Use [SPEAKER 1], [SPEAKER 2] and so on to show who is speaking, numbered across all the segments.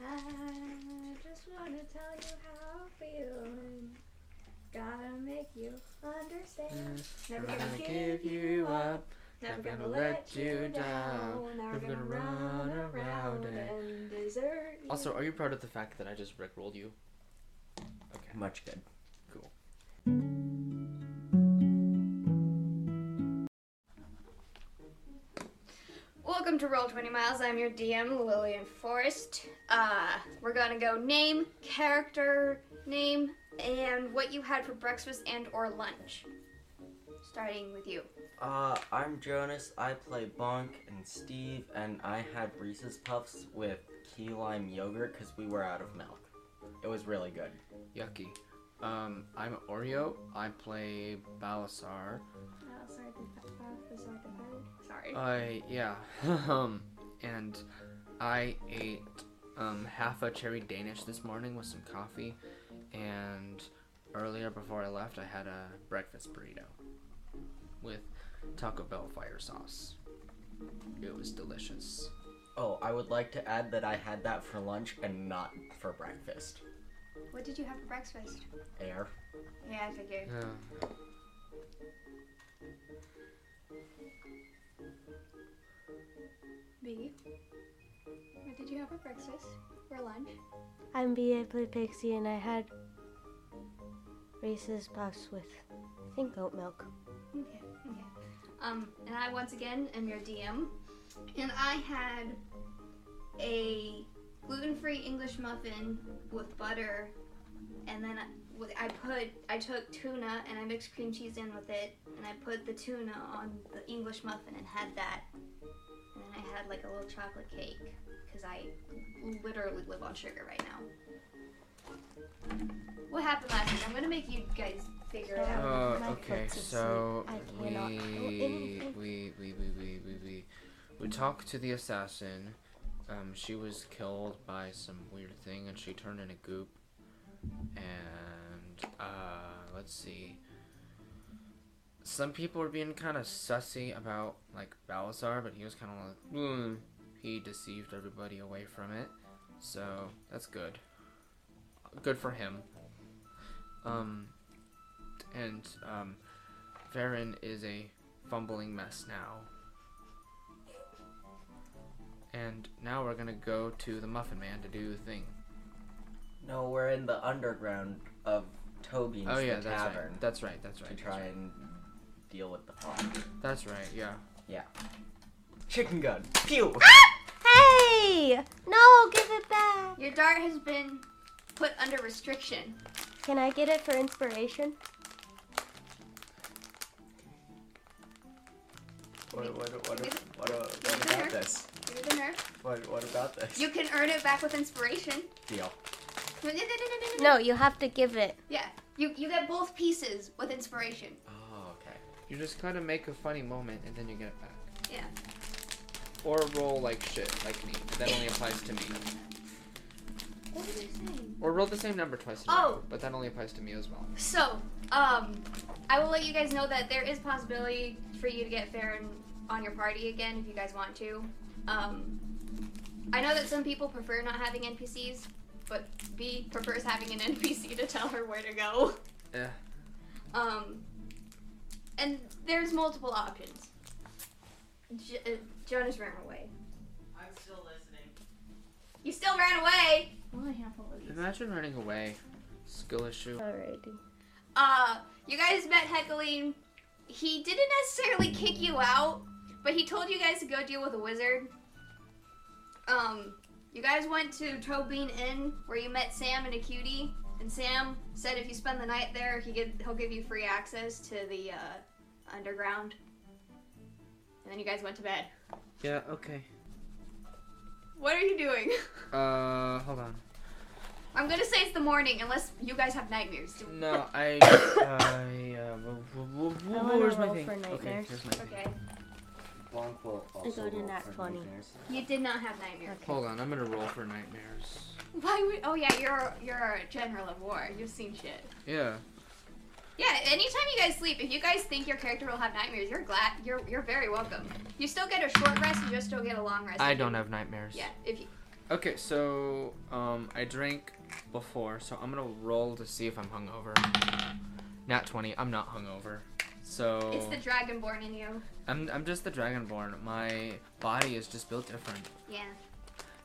[SPEAKER 1] I just wanna tell you how I'm feeling. Gotta make you understand. Never
[SPEAKER 2] Never
[SPEAKER 1] gonna
[SPEAKER 2] gonna give you up.
[SPEAKER 1] Never gonna let you down. Never gonna run around and desert you.
[SPEAKER 2] Also, are you proud of the fact that I just rickrolled you? Okay.
[SPEAKER 3] Much good.
[SPEAKER 2] Cool.
[SPEAKER 1] Welcome to Roll 20 Miles. I'm your DM, Lillian Forrest. Uh, we're gonna go name, character, name, and what you had for breakfast and or lunch. Starting with you.
[SPEAKER 3] Uh, I'm Jonas. I play Bonk and Steve, and I had Reese's Puffs with key lime yogurt because we were out of milk. It was really good.
[SPEAKER 2] Yucky. Um, I'm Oreo. I play Balasar.
[SPEAKER 1] Oh, Sorry.
[SPEAKER 2] I yeah. um, and I ate um half a cherry Danish this morning with some coffee, and earlier before I left, I had a breakfast burrito with Taco Bell fire sauce. It was delicious.
[SPEAKER 3] Oh, I would like to add that I had that for lunch and not for breakfast.
[SPEAKER 1] What did you have for breakfast?
[SPEAKER 3] Air.
[SPEAKER 1] Yeah, I figured.
[SPEAKER 2] Yeah.
[SPEAKER 1] B. What did you have for breakfast? For lunch?
[SPEAKER 4] I'm B. I play Pixie, and I had Reese's Puffs with, I think, goat milk.
[SPEAKER 1] Okay, okay. Um, and I once again am your DM, and I had a gluten-free English muffin with butter, and then I, with- I put I took tuna and I mixed cream cheese in with it, and I put the tuna on the English muffin and had that, and then I had like a little chocolate cake because I literally live on sugar right now. What happened last week? I'm gonna make you guys figure it out.
[SPEAKER 2] Uh,
[SPEAKER 4] My
[SPEAKER 2] okay,
[SPEAKER 4] foot's
[SPEAKER 2] so
[SPEAKER 4] asleep. I
[SPEAKER 2] we,
[SPEAKER 4] cannot do
[SPEAKER 2] we,
[SPEAKER 4] anything.
[SPEAKER 2] we, we, we, we, we, we talked to the assassin. Um, she was killed by some weird thing and she turned into goop. And, uh, let's see. Some people were being kind of sussy about, like, Balasar, but he was kind of like, mm. he deceived everybody away from it. So, that's good. Good for him. Um, and um, Varen is a fumbling mess now. And now we're gonna go to the Muffin Man to do the thing.
[SPEAKER 3] No, we're in the underground of Toby's
[SPEAKER 2] oh yeah,
[SPEAKER 3] the
[SPEAKER 2] that's
[SPEAKER 3] tavern
[SPEAKER 2] right. That's right. That's right.
[SPEAKER 3] to
[SPEAKER 2] That's
[SPEAKER 3] try
[SPEAKER 2] right.
[SPEAKER 3] and deal with the plot.
[SPEAKER 2] That's right. Yeah.
[SPEAKER 3] Chicken gun. Pew.
[SPEAKER 4] Hey! No, give it back!
[SPEAKER 1] Your dart has been put under restriction.
[SPEAKER 4] Can I get it for inspiration?
[SPEAKER 3] what, what, what,
[SPEAKER 1] Give it-
[SPEAKER 3] what, what
[SPEAKER 1] it
[SPEAKER 3] about
[SPEAKER 1] her.
[SPEAKER 3] this?
[SPEAKER 1] Give it the nerf.
[SPEAKER 3] What, what about this?
[SPEAKER 1] You can earn it back with inspiration.
[SPEAKER 3] Deal.
[SPEAKER 4] No, you have to give it.
[SPEAKER 1] Yeah. You you get both pieces with inspiration.
[SPEAKER 3] Oh, okay.
[SPEAKER 2] You just kind of make a funny moment and then you get it back.
[SPEAKER 1] Yeah.
[SPEAKER 2] Or roll like shit, like me. But that only applies to me.
[SPEAKER 1] What was I saying?
[SPEAKER 2] Or roll the same number twice. in a
[SPEAKER 1] Oh.
[SPEAKER 2] row, But that only applies to me as well.
[SPEAKER 1] So, um, I will let you guys know that there is possibility for you to get Farron on your party again if you guys want to. Um, I know that some people prefer not having NPCs, but B prefers having an NPC to tell her where to go.
[SPEAKER 2] Yeah.
[SPEAKER 1] Um, and there's multiple options. J- uh, Jonas ran away.
[SPEAKER 5] I'm still listening.
[SPEAKER 1] You still ran away. Only a handful of these.
[SPEAKER 2] Imagine running away. Skill issue.
[SPEAKER 4] Alrighty.
[SPEAKER 1] Uh, you guys met Heckling. He didn't necessarily kick you out, but he told you guys to go deal with a wizard. Um, you guys went to Trobean Inn where you met Sam and a cutie, and Sam said if you spend the night there, he give, he'll give you free access to the uh, underground. And then you guys went to bed.
[SPEAKER 2] Yeah. Okay.
[SPEAKER 1] What are you doing?
[SPEAKER 2] Uh, hold on.
[SPEAKER 1] I'm gonna say it's the morning, unless you guys have nightmares. Do-
[SPEAKER 2] No, I. I. Uh, w- w- w-
[SPEAKER 4] I wanna
[SPEAKER 2] where's my
[SPEAKER 4] roll
[SPEAKER 2] thing?
[SPEAKER 4] for
[SPEAKER 2] okay,
[SPEAKER 4] nightmares.
[SPEAKER 2] here's my thing.
[SPEAKER 1] Okay.
[SPEAKER 3] Bonk will
[SPEAKER 4] also go to roll nat for 20.
[SPEAKER 1] You did not have nightmares.
[SPEAKER 2] Hold on, I'm gonna roll for nightmares.
[SPEAKER 1] Why would? Oh yeah, you're you're a general of war. You've seen shit.
[SPEAKER 2] Yeah.
[SPEAKER 1] Yeah. Anytime you guys sleep, if you guys think your character will have nightmares, you're glad. You're you're very welcome. You still get a short rest. You just don't get a long rest.
[SPEAKER 2] I
[SPEAKER 1] if you-
[SPEAKER 2] don't have nightmares.
[SPEAKER 1] Yeah. If you,
[SPEAKER 2] Okay, so um, I drank before, so I'm gonna roll to see if I'm hungover. Nat 20. I'm not hungover. So
[SPEAKER 1] It's the dragonborn in you.
[SPEAKER 2] I'm I'm just the dragonborn. My body is just built different.
[SPEAKER 1] Yeah.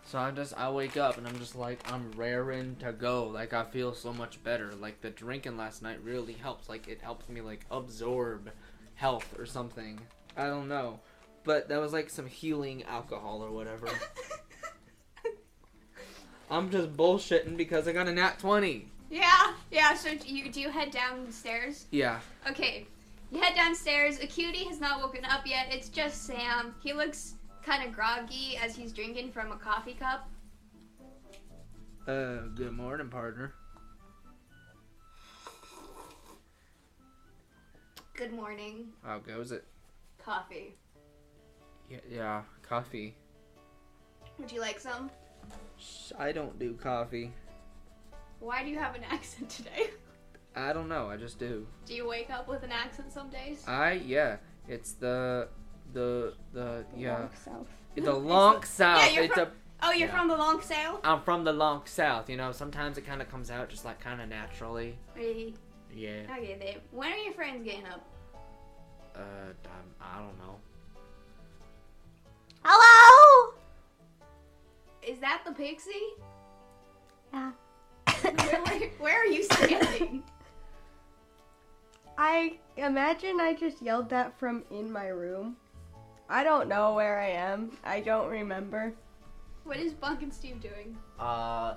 [SPEAKER 2] So I'm just I wake up and I'm just like I'm raring to go. Like I feel so much better. Like the drinking last night really helps. Like it helps me like absorb health or something. I don't know. But that was like some healing alcohol or whatever. I'm just bullshitting because I got a nat 20.
[SPEAKER 1] Yeah, yeah. So do you do you head downstairs?
[SPEAKER 2] Yeah.
[SPEAKER 1] Okay, you head downstairs. Acuity has not woken up yet. It's just Sam. He looks kind of groggy as he's drinking from a coffee cup.
[SPEAKER 2] Uh good morning, partner.
[SPEAKER 1] Good morning,
[SPEAKER 2] How goes it?
[SPEAKER 1] coffee.
[SPEAKER 2] Yeah, yeah, coffee.
[SPEAKER 1] Would you like some?
[SPEAKER 2] Sh- I don't do coffee.
[SPEAKER 1] Why do you have an accent today?
[SPEAKER 2] I don't know. I just do.
[SPEAKER 1] Do you wake up with an accent some days?
[SPEAKER 2] I yeah, it's the the the yeah
[SPEAKER 1] South.
[SPEAKER 2] the long south.
[SPEAKER 1] you're
[SPEAKER 2] it's
[SPEAKER 1] from-
[SPEAKER 2] a,
[SPEAKER 1] Oh, you're
[SPEAKER 2] Yeah.
[SPEAKER 1] from the long sail?
[SPEAKER 2] I'm from the long south. You know, sometimes it kind of comes out just like kind of naturally.
[SPEAKER 1] Really?
[SPEAKER 2] Yeah.
[SPEAKER 1] Okay, babe. When are your friends getting up?
[SPEAKER 2] Uh, I'm, I don't know.
[SPEAKER 4] Hello?
[SPEAKER 1] Is that the pixie?
[SPEAKER 4] Yeah.
[SPEAKER 1] Really? Where are you standing?
[SPEAKER 4] I imagine I just yelled that from in my room. I don't know where I am. I don't remember.
[SPEAKER 1] what is Bunk and Steve doing?
[SPEAKER 3] Uh,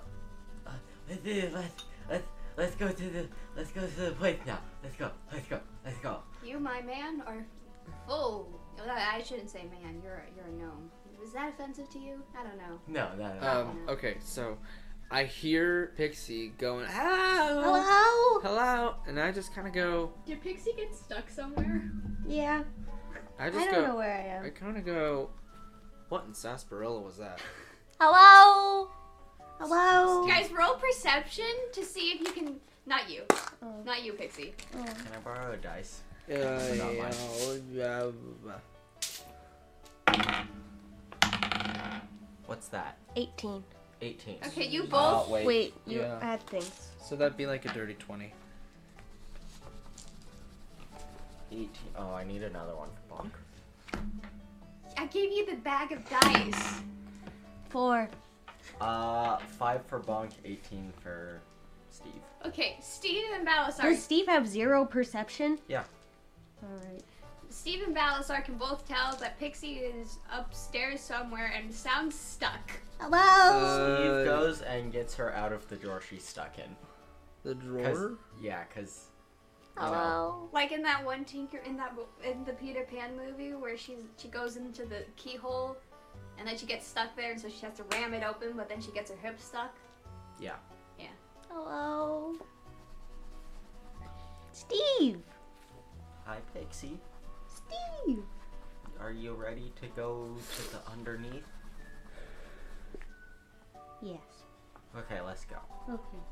[SPEAKER 3] uh, let's do this. Let's let's let's go to the let's go to the place now. Let's go. Let's go. Let's go.
[SPEAKER 1] You, my man, are full. I shouldn't say man. You're a, you're a gnome. Was that offensive to you? I don't know.
[SPEAKER 3] No, no, no.
[SPEAKER 2] Um, okay, so I hear Pixie going
[SPEAKER 1] Ah!
[SPEAKER 2] hello,
[SPEAKER 4] Hello?
[SPEAKER 2] hello, and I just kind of go.
[SPEAKER 1] Did Pixie get stuck somewhere?
[SPEAKER 4] Yeah.
[SPEAKER 2] I
[SPEAKER 4] I
[SPEAKER 2] just
[SPEAKER 4] don't
[SPEAKER 2] go.
[SPEAKER 4] know where I
[SPEAKER 2] I
[SPEAKER 4] am.
[SPEAKER 2] kind of go. What in sarsaparilla was that?
[SPEAKER 4] Hello? Hello?
[SPEAKER 1] Guys, roll perception to see if you can. Not you.
[SPEAKER 4] Oh.
[SPEAKER 1] Not you, Pixie.
[SPEAKER 3] Can I borrow a dice?
[SPEAKER 2] Uh,
[SPEAKER 3] Not mine.
[SPEAKER 2] yeah, yeah.
[SPEAKER 3] What's that?
[SPEAKER 4] 18.
[SPEAKER 3] 18.
[SPEAKER 1] Okay, you
[SPEAKER 3] Uh,
[SPEAKER 1] both.
[SPEAKER 3] wait.
[SPEAKER 4] Wait, you
[SPEAKER 2] Yeah.
[SPEAKER 4] add things.
[SPEAKER 2] So that'd be like a dirty twenty.
[SPEAKER 3] 18. Oh, I need another one for Bonk.
[SPEAKER 1] I gave you the bag of dice.
[SPEAKER 4] Four.
[SPEAKER 3] Uh, 5 for Bonk, 18 for Steve.
[SPEAKER 1] Okay, Steve and Balasar.
[SPEAKER 4] Does Steve have zero perception?
[SPEAKER 3] Yeah.
[SPEAKER 4] Alright.
[SPEAKER 1] Steve and Balasar can both tell that Pixie is upstairs somewhere and sounds stuck.
[SPEAKER 2] Uh,
[SPEAKER 4] Hello?
[SPEAKER 3] Oh, Steve goes and gets her out of the drawer she's stuck in.
[SPEAKER 2] the
[SPEAKER 3] 'Cause-
[SPEAKER 2] drawer.
[SPEAKER 3] yeah, because.
[SPEAKER 4] Hello?
[SPEAKER 1] Like in that one Tinker in that mo- in the Peter Pan movie where she's she goes into the keyhole, and then she gets stuck there, and so she has to ram it open, but then she gets her hip stuck.
[SPEAKER 3] Yeah.
[SPEAKER 4] Hello? Steve!
[SPEAKER 3] Hi, Pixie.
[SPEAKER 4] Steve!
[SPEAKER 3] Are you ready to go to the underneath?
[SPEAKER 4] Yes.
[SPEAKER 3] Okay, let's go.
[SPEAKER 4] Okay.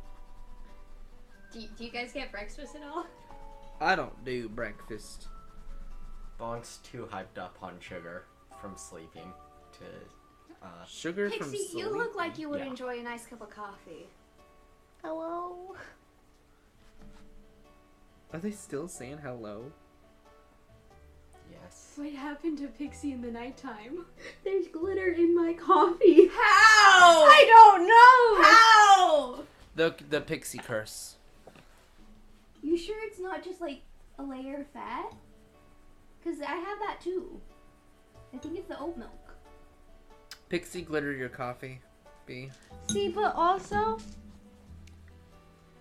[SPEAKER 1] Do you, do you guys get breakfast at all?
[SPEAKER 2] I don't do breakfast.
[SPEAKER 3] Bonk's too hyped up on sugar from sleeping to. Uh,
[SPEAKER 2] Sugar from
[SPEAKER 1] Pixie, you
[SPEAKER 2] sleep?
[SPEAKER 1] look like you would
[SPEAKER 3] Yeah.
[SPEAKER 1] enjoy a nice cup of coffee.
[SPEAKER 4] Hello?
[SPEAKER 2] Are they still saying hello?
[SPEAKER 3] yes.
[SPEAKER 1] What happened to Pixie in the nighttime?
[SPEAKER 4] There's glitter in my coffee.
[SPEAKER 1] How?
[SPEAKER 4] I don't know!
[SPEAKER 1] How?
[SPEAKER 2] The the pixie curse.
[SPEAKER 1] You sure it's not just like a layer of fat? Cause I have that too. I think it's the oat milk.
[SPEAKER 2] Pixie glitter your coffee. B.
[SPEAKER 4] See, but also,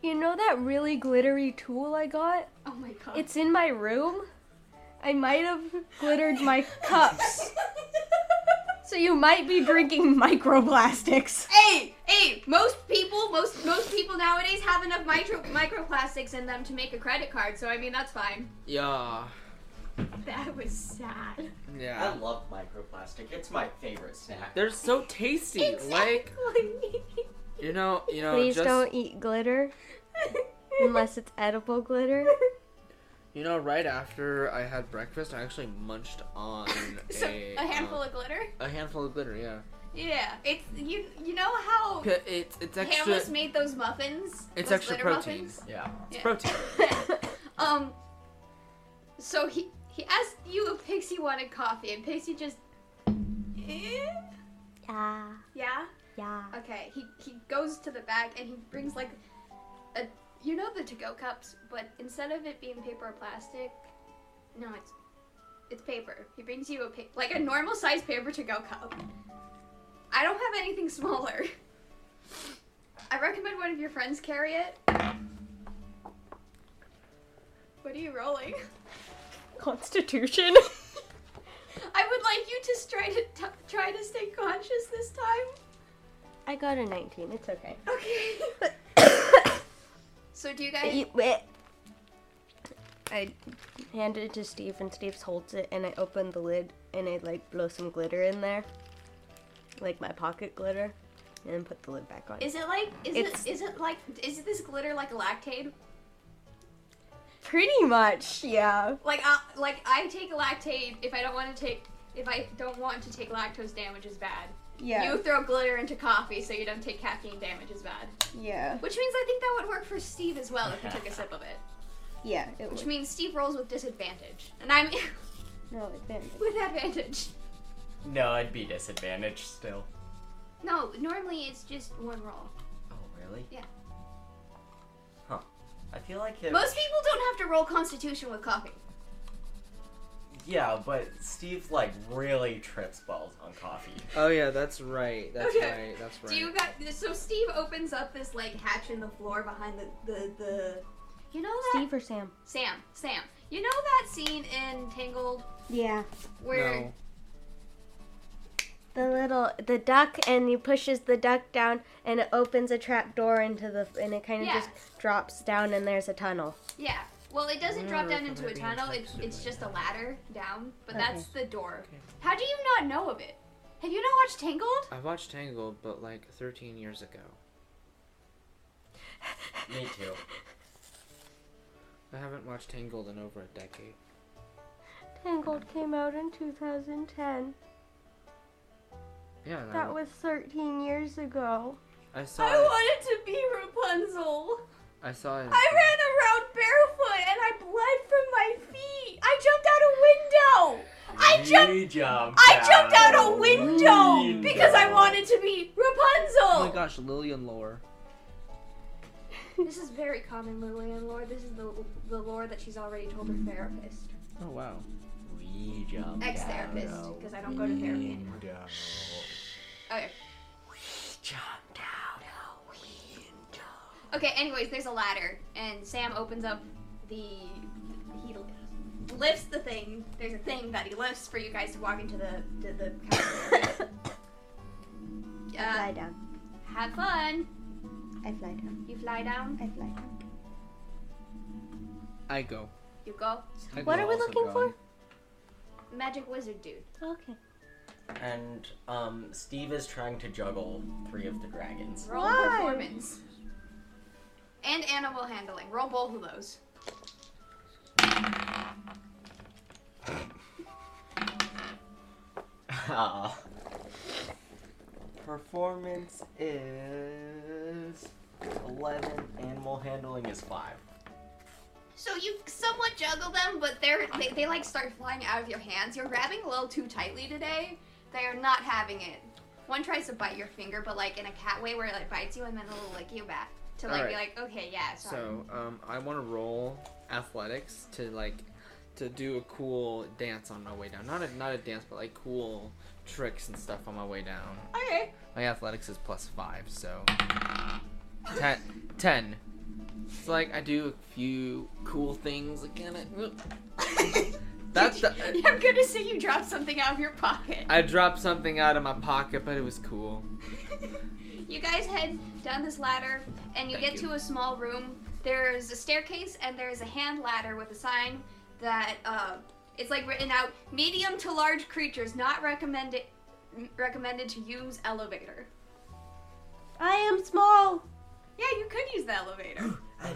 [SPEAKER 4] you know that really glittery tool I got?
[SPEAKER 1] Oh my god.
[SPEAKER 4] It's in my room. I might have glittered my cups. So you might be drinking microplastics.
[SPEAKER 1] Hey, hey! Most people, most most people nowadays have enough micro microplastics in them to make a credit card. So I mean, that's fine.
[SPEAKER 2] Yeah.
[SPEAKER 1] That was sad.
[SPEAKER 2] Yeah.
[SPEAKER 3] love microplastic. It's my favorite snack.
[SPEAKER 2] They're so tasty. Like you know, you know,
[SPEAKER 4] Please
[SPEAKER 2] just
[SPEAKER 4] don't eat glitter unless it's edible glitter.
[SPEAKER 2] you know, right after I had breakfast, I actually munched on
[SPEAKER 1] so,
[SPEAKER 2] a,
[SPEAKER 1] a handful
[SPEAKER 2] uh,
[SPEAKER 1] of glitter.
[SPEAKER 2] a handful of glitter. Yeah.
[SPEAKER 1] Yeah, it's you. You know how
[SPEAKER 2] P- It's it's extra.
[SPEAKER 1] Hamlet's Oh. made those muffins?
[SPEAKER 2] It's
[SPEAKER 1] Those
[SPEAKER 2] extra
[SPEAKER 1] glitter
[SPEAKER 2] protein.
[SPEAKER 1] muffins?
[SPEAKER 3] Yeah.
[SPEAKER 2] It's
[SPEAKER 1] Yeah.
[SPEAKER 2] protein.
[SPEAKER 1] um, so he he asked you if Pixie wanted coffee, and Pixie just. "Eh?"
[SPEAKER 4] Yeah,
[SPEAKER 1] Yeah.
[SPEAKER 4] yeah.
[SPEAKER 1] Okay. He he goes to the bag and he brings like a you know the to-go cups, but instead of it being paper or plastic, no, it's it's paper. He brings you a pa- like a normal size paper to-go cup. I don't have anything smaller. I recommend one of your friends carry it. What are you rolling?
[SPEAKER 4] Constitution.
[SPEAKER 1] I would like you to try to t- try to stay conscious this time.
[SPEAKER 4] I got a 19. It's okay.
[SPEAKER 1] Okay. so do you guys?
[SPEAKER 4] You- bleh. I hand it to Steve, and Steve holds it, and I open the lid, and I like blow some glitter in there, like my pocket glitter, and then put the lid back on.
[SPEAKER 1] Is it like is
[SPEAKER 4] It's-
[SPEAKER 1] it is it like is this glitter like lactate?
[SPEAKER 4] Pretty much, yeah.
[SPEAKER 1] Like I like I take lactate if I don't want to take if I don't want to take lactose damage is bad. You throw glitter into coffee so you don't take caffeine damage is bad.
[SPEAKER 4] yeah,
[SPEAKER 1] Which means I think that would work for Steve as well if he took a sip of it.
[SPEAKER 4] yeah. It
[SPEAKER 1] Which means Steve rolls with disadvantage. And I'm
[SPEAKER 4] no advantage.
[SPEAKER 1] with advantage.
[SPEAKER 3] No, I'd be disadvantaged still.
[SPEAKER 1] No, normally it's just one roll.
[SPEAKER 3] Oh, really?
[SPEAKER 1] Yeah.
[SPEAKER 3] Huh. I feel like it.
[SPEAKER 1] Most people don't have to roll constitution with coffee.
[SPEAKER 3] Yeah, but Steve like really trips balls on coffee.
[SPEAKER 2] Oh yeah, that's right. That's
[SPEAKER 1] Okay.
[SPEAKER 2] right. That's right.
[SPEAKER 1] Do you guys? So Steve opens up this like hatch in the floor behind the the the. You know that
[SPEAKER 4] Steve or Sam?
[SPEAKER 1] Sam Sam. You know that scene in Tangled
[SPEAKER 4] Yeah.
[SPEAKER 1] where
[SPEAKER 2] No.
[SPEAKER 4] The little the duck, and he pushes the duck down, and it opens a trap door into the, and it kind of
[SPEAKER 1] Yeah.
[SPEAKER 4] just drops down, and there's a tunnel.
[SPEAKER 1] yeah. Well, it doesn't
[SPEAKER 2] I
[SPEAKER 1] drop
[SPEAKER 2] wonder
[SPEAKER 1] down
[SPEAKER 2] if
[SPEAKER 1] into
[SPEAKER 2] I'm
[SPEAKER 1] a
[SPEAKER 2] gonna be
[SPEAKER 1] tunnel. It's
[SPEAKER 2] interested
[SPEAKER 1] it's
[SPEAKER 2] by
[SPEAKER 1] just a
[SPEAKER 2] that.
[SPEAKER 1] ladder down, but that's the door.
[SPEAKER 2] Okay.
[SPEAKER 1] How do you not know of it? Have you not watched Tangled?
[SPEAKER 2] I watched Tangled, but like 13 years ago.
[SPEAKER 3] Me too.
[SPEAKER 2] I haven't watched Tangled in over a decade.
[SPEAKER 4] Tangled came out in 2010.
[SPEAKER 2] Yeah, and I-
[SPEAKER 4] That was 13 years ago.
[SPEAKER 2] I saw it.
[SPEAKER 1] wanted to be Rapunzel.
[SPEAKER 2] I saw it. in-
[SPEAKER 1] ran around barefoot and I bled from my feet. I jumped out a window. I jumped
[SPEAKER 3] You jumped.
[SPEAKER 1] I jumped out a
[SPEAKER 3] window.
[SPEAKER 1] window because I wanted to be
[SPEAKER 2] Oh my
[SPEAKER 1] Rapunzel.
[SPEAKER 2] gosh, Lillian lore.
[SPEAKER 1] this is very common Lillian lore. This is the the lore that she's already told her therapist,
[SPEAKER 2] Oh wow.
[SPEAKER 3] We jumped.
[SPEAKER 1] ex therapist,
[SPEAKER 3] out a
[SPEAKER 1] because I don't go to therapy anymore.
[SPEAKER 3] window.
[SPEAKER 1] Okay.
[SPEAKER 3] We jumped out a window.
[SPEAKER 1] Mm-hmm. Okay. Anyways, there's a ladder, and Sam opens up the he lifts the thing. There's a thing that he lifts for you guys to walk into the to the. couch.
[SPEAKER 4] I fly
[SPEAKER 1] uh,
[SPEAKER 4] down.
[SPEAKER 1] have fun.
[SPEAKER 4] I fly down.
[SPEAKER 1] You fly down.
[SPEAKER 4] I fly down.
[SPEAKER 2] I go.
[SPEAKER 1] You go.
[SPEAKER 2] I
[SPEAKER 4] What
[SPEAKER 2] go
[SPEAKER 4] are we
[SPEAKER 2] also
[SPEAKER 4] looking
[SPEAKER 2] going.
[SPEAKER 1] Magic wizard dude.
[SPEAKER 4] Okay.
[SPEAKER 3] And um, Steve is trying to juggle three of the dragons.
[SPEAKER 1] Roll
[SPEAKER 4] Why?
[SPEAKER 1] performance. And animal handling. Roll both of those.
[SPEAKER 3] Ah. Performance is eleven. Animal handling is five.
[SPEAKER 1] So you somewhat juggle them, but they're they, they like start flying out of your hands. You're grabbing a little too tightly today. They are not having it. One tries to bite your finger, but like in a cat way where it like bites you and then it'll lick you back. To like be like, okay, yeah, sorry.
[SPEAKER 2] So, um, I want to roll athletics to like to do a cool dance on my way down. Not a not a dance, but like cool tricks and stuff on my way down.
[SPEAKER 1] okay.
[SPEAKER 2] My athletics is plus five, so ten. ten. It's like I do a few cool things. Like, and I- that's the.
[SPEAKER 1] I'm gonna say you dropped something out of your pocket.
[SPEAKER 2] I dropped something out of my pocket, but it was cool.
[SPEAKER 1] You guys head down this ladder and you
[SPEAKER 2] Thank
[SPEAKER 1] get
[SPEAKER 2] you.
[SPEAKER 1] to a small room. There's a staircase and there's a hand ladder with a sign that uh, it's like written out medium to large creatures not recommended recommended to use elevator.
[SPEAKER 4] I am small.
[SPEAKER 1] Yeah, you could use the elevator.
[SPEAKER 3] I,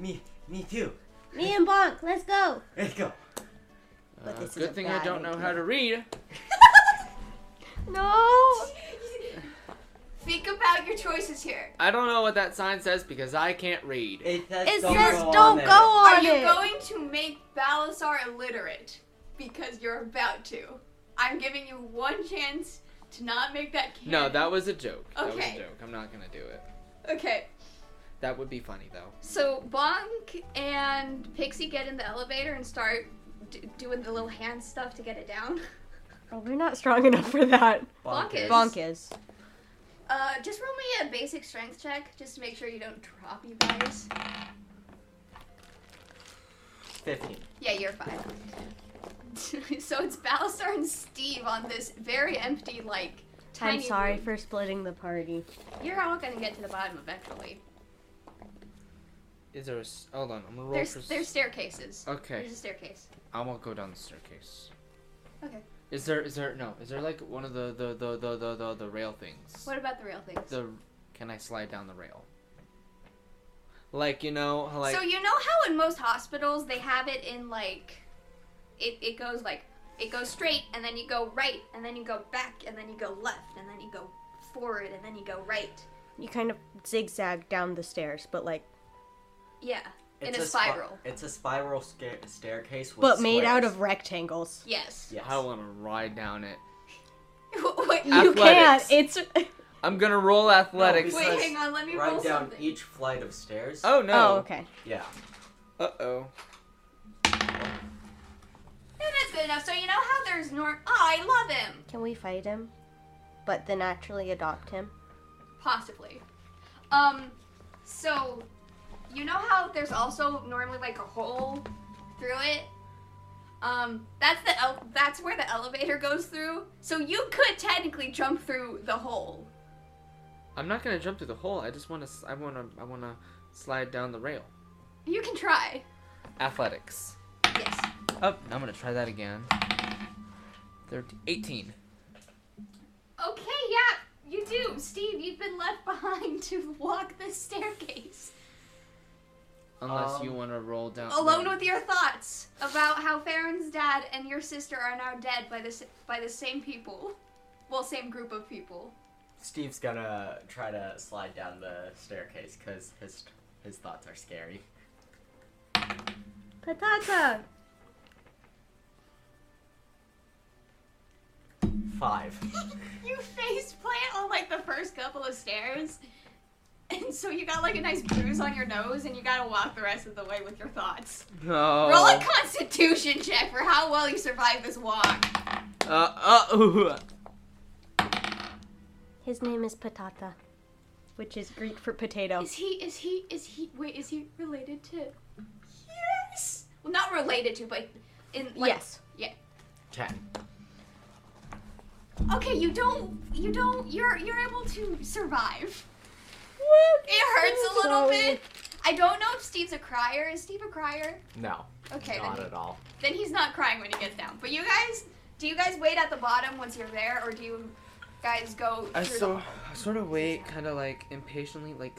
[SPEAKER 3] me, me too.
[SPEAKER 4] Me and Bonk, let's go.
[SPEAKER 3] Let's go.
[SPEAKER 4] But
[SPEAKER 2] Uh,
[SPEAKER 4] this is
[SPEAKER 2] good
[SPEAKER 4] a
[SPEAKER 2] thing I
[SPEAKER 4] bad
[SPEAKER 2] don't know how to read.
[SPEAKER 4] No.
[SPEAKER 1] Think about your choices here.
[SPEAKER 2] I don't know what that sign says because I can't read.
[SPEAKER 3] It says
[SPEAKER 4] It
[SPEAKER 3] don't
[SPEAKER 4] says
[SPEAKER 3] go
[SPEAKER 4] don't
[SPEAKER 3] on
[SPEAKER 4] go on
[SPEAKER 1] Are you
[SPEAKER 4] it.
[SPEAKER 1] going to make Balasar illiterate? Because you're about to. I'm giving you one chance to not make that canon.
[SPEAKER 2] No, that was a joke. That was a
[SPEAKER 1] Okay.
[SPEAKER 2] joke. I'm not gonna do it.
[SPEAKER 1] Okay,
[SPEAKER 2] That would be funny though.
[SPEAKER 1] so Bonk and Pixie get in the elevator and start d- doing the little hand stuff to get it down.
[SPEAKER 4] Oh, we're not strong enough for that.
[SPEAKER 1] Bonk
[SPEAKER 3] Bonkers.
[SPEAKER 1] is-
[SPEAKER 4] Bonk is.
[SPEAKER 1] Uh, just roll me a basic strength check just to make sure you don't drop, you guys.
[SPEAKER 3] 15.
[SPEAKER 1] Yeah, you're fine. so it's Balasar and Steve on this very empty, like, tiny
[SPEAKER 4] I'm sorry
[SPEAKER 1] room.
[SPEAKER 4] for splitting the party.
[SPEAKER 1] You're all gonna get to the bottom eventually.
[SPEAKER 2] Is there a s- hold on? I'm gonna roll
[SPEAKER 1] There's
[SPEAKER 2] for. s-
[SPEAKER 1] there's staircases.
[SPEAKER 2] Okay,
[SPEAKER 1] There's a staircase.
[SPEAKER 2] I will go down the staircase.
[SPEAKER 1] Okay.
[SPEAKER 2] Is there is there no? Is there like one of the the the the the the, the rail things?
[SPEAKER 1] What about the real things?
[SPEAKER 2] The can I slide down the rail? Like you know how, like
[SPEAKER 1] so you know how in most hospitals they have it in like, it it goes like it goes straight and then you go right and then you go back and then you go left and then you go forward and then you go right.
[SPEAKER 4] You kind of zigzag down the stairs, but like,
[SPEAKER 1] Yeah. In a
[SPEAKER 3] spi-
[SPEAKER 1] spiral.
[SPEAKER 3] it's a spiral sca- staircase with
[SPEAKER 4] but made out
[SPEAKER 3] squares.
[SPEAKER 4] of rectangles.
[SPEAKER 1] Yes.
[SPEAKER 3] Yes.
[SPEAKER 2] I want to ride down it.
[SPEAKER 1] wait,
[SPEAKER 4] You can't.
[SPEAKER 2] Athletics.
[SPEAKER 4] It's
[SPEAKER 2] I'm gonna roll athletics.
[SPEAKER 3] No, because-
[SPEAKER 1] wait, hang on. Let me roll
[SPEAKER 3] Write down
[SPEAKER 1] something.
[SPEAKER 3] each flight of stairs.
[SPEAKER 2] oh
[SPEAKER 4] oh
[SPEAKER 2] no.
[SPEAKER 4] okay.
[SPEAKER 3] Yeah.
[SPEAKER 2] Uh oh.
[SPEAKER 1] And that's good enough. So you know how there's nor. Oh, I love him.
[SPEAKER 4] Can we fight him? But then actually adopt him?
[SPEAKER 1] Possibly. Um, so you know how there's also normally like a hole through it. Um, that's the el- that's where the elevator goes through. So you could technically jump through the hole.
[SPEAKER 2] I'm not gonna jump through the hole. I just wanna. s- I wanna. I wanna slide down the rail.
[SPEAKER 1] You can try.
[SPEAKER 2] Athletics.
[SPEAKER 1] Yes.
[SPEAKER 2] Oh, I'm gonna try that again. 13, 18.
[SPEAKER 1] Okay. Yeah, you do, Steve. You've been left behind to walk the staircase
[SPEAKER 2] Unless
[SPEAKER 3] Um,
[SPEAKER 2] you wanna roll down.
[SPEAKER 1] alone
[SPEAKER 2] no.
[SPEAKER 1] with your thoughts about how Farron's dad and your sister are now dead by this by the same people, well, same group of people.
[SPEAKER 3] Steve's gonna try to slide down the staircase because his his thoughts are scary.
[SPEAKER 4] Patata!
[SPEAKER 3] Five.
[SPEAKER 1] you face plant on like the first couple of stairs. And so you got like a nice bruise on your nose and you gotta walk the rest of the way with your thoughts.
[SPEAKER 3] Oh.
[SPEAKER 2] No.
[SPEAKER 1] Roll a constitution check for how well you survive this walk.
[SPEAKER 2] Uh, uh, ooh.
[SPEAKER 4] His name is Patata, which is Greek for potato.
[SPEAKER 3] Um.
[SPEAKER 1] Is he is he is he wait, is he related to Yes Well not related to but in like,
[SPEAKER 4] yes.
[SPEAKER 3] Ten.
[SPEAKER 1] Okay, you don't you don't you're you're able to survive. It hurts a little bit. I don't know if Steve's a crier. Is Steve a crier?
[SPEAKER 3] No,
[SPEAKER 1] Okay, then
[SPEAKER 3] not at all.
[SPEAKER 1] then he's not crying when he gets down. But you guys, do you guys wait at the bottom once you're there, or do you guys go?
[SPEAKER 2] I
[SPEAKER 1] through
[SPEAKER 2] so
[SPEAKER 1] the-
[SPEAKER 2] I sort of wait, kind of like impatiently, like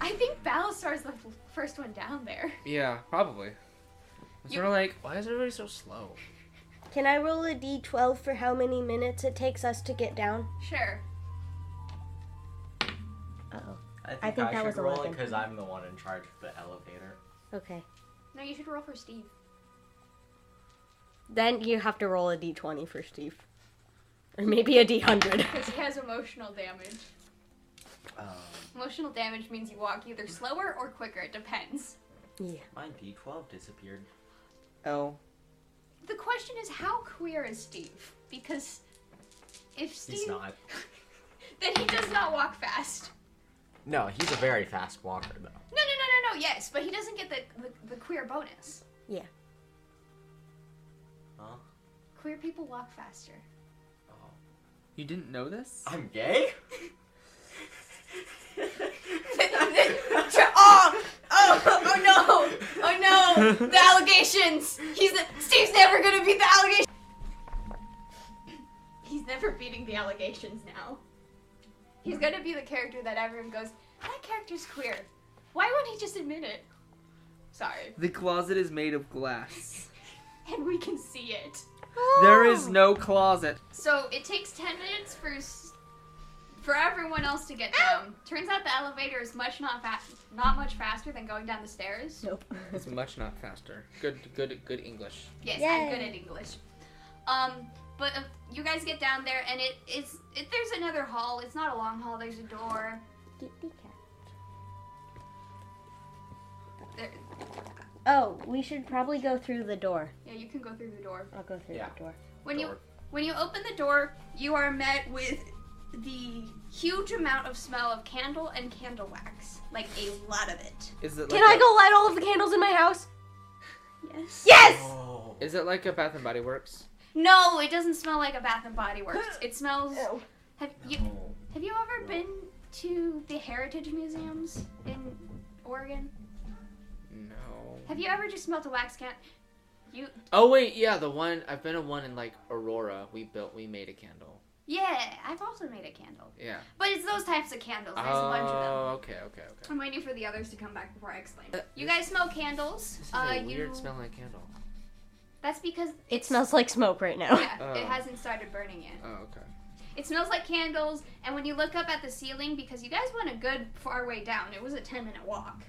[SPEAKER 1] I think Battlestar's the f- first one down there.
[SPEAKER 2] yeah, probably. I'm
[SPEAKER 1] You-
[SPEAKER 2] sort of like, why is everybody so slow?
[SPEAKER 4] Can I roll a d12 for how many minutes it takes us to get down?
[SPEAKER 1] Sure.
[SPEAKER 4] Uh-oh.
[SPEAKER 3] I think I,
[SPEAKER 4] think that
[SPEAKER 3] should
[SPEAKER 4] was
[SPEAKER 3] roll it
[SPEAKER 4] 11.
[SPEAKER 3] because I'm the one in charge of the elevator.
[SPEAKER 4] Okay.
[SPEAKER 1] No, you should roll for Steve.
[SPEAKER 4] Then you have to roll a d20 for Steve. Or maybe a d100.
[SPEAKER 1] Because he has emotional damage.
[SPEAKER 3] Um,
[SPEAKER 1] Emotional damage means you walk either slower or quicker. It depends.
[SPEAKER 3] my D12 disappeared.
[SPEAKER 2] Oh,
[SPEAKER 1] The question is, how queer is Steve? Because if Steve,
[SPEAKER 3] He's not.
[SPEAKER 1] then he does not walk fast.
[SPEAKER 3] No, he's a very fast walker
[SPEAKER 1] No, no,
[SPEAKER 3] though.
[SPEAKER 1] no, no, no. Yes, but he doesn't get the the, the queer bonus.
[SPEAKER 4] Yeah.
[SPEAKER 3] Huh?
[SPEAKER 1] Queer people walk faster.
[SPEAKER 3] Oh.
[SPEAKER 2] you didn't know this?
[SPEAKER 3] I'm gay.
[SPEAKER 1] oh, oh, oh no, oh no, the allegations. He's the, Steve's never gonna beat the allegations. He's never beating the allegations now. He's gonna be the character that everyone goes, that character's queer. Why won't he just admit it? Sorry,
[SPEAKER 2] The closet is made of glass.
[SPEAKER 1] and we can see it.
[SPEAKER 2] Oh. there is no closet.
[SPEAKER 1] So it takes ten minutes for S- for everyone else to get down. Turns out the elevator is much not fast, not much faster than going down the stairs.
[SPEAKER 4] Nope.
[SPEAKER 2] It's much not faster. Good, good, good English.
[SPEAKER 1] Yes,
[SPEAKER 4] Yay.
[SPEAKER 1] I'm good at English. Um, but uh, you guys get down there, and it is. It, there's another hall. It's not a long hall. There's a door. There,
[SPEAKER 4] Oh, we should probably go through the door.
[SPEAKER 1] yeah, you can go through the door.
[SPEAKER 4] I'll go through
[SPEAKER 3] Yeah.
[SPEAKER 4] the door.
[SPEAKER 1] When you
[SPEAKER 3] Door.
[SPEAKER 1] when you open the door, you are met with the huge amount of smell of candle and candle wax, like a lot of it.
[SPEAKER 2] Is it
[SPEAKER 4] Can
[SPEAKER 2] like
[SPEAKER 4] I
[SPEAKER 2] a-
[SPEAKER 4] go light all of the candles in my house?
[SPEAKER 1] Yes.
[SPEAKER 4] Yes!
[SPEAKER 3] Oh.
[SPEAKER 2] Is it like a Bath and Body Works?
[SPEAKER 1] No, it doesn't smell like a Bath and Body Works. It smells.
[SPEAKER 4] Ew.
[SPEAKER 1] Have you
[SPEAKER 3] No.
[SPEAKER 1] have you ever been to the heritage museums in Oregon?
[SPEAKER 2] No.
[SPEAKER 1] Have you ever just smelled a wax can? You
[SPEAKER 2] Oh wait, yeah, the one I've been to one in like Aurora. We built, we made a candle.
[SPEAKER 1] yeah, I've also made a candle,
[SPEAKER 2] Yeah.
[SPEAKER 1] but it's those types of candles. There's a bunch of them.
[SPEAKER 2] Oh, okay, okay, okay.
[SPEAKER 1] I'm waiting for the others to come back before I explain.
[SPEAKER 2] Uh,
[SPEAKER 1] You
[SPEAKER 2] this-
[SPEAKER 1] guys smell candles.
[SPEAKER 2] This is
[SPEAKER 1] uh,
[SPEAKER 2] a weird
[SPEAKER 1] you,
[SPEAKER 2] smelling candle.
[SPEAKER 1] That's because
[SPEAKER 4] It smells like smoke right now.
[SPEAKER 1] yeah,
[SPEAKER 2] Oh.
[SPEAKER 1] it hasn't started burning yet.
[SPEAKER 2] Oh, okay.
[SPEAKER 1] It smells like candles, and when you look up at the ceiling, because you guys went a good far way down, it was a 10 minute walk.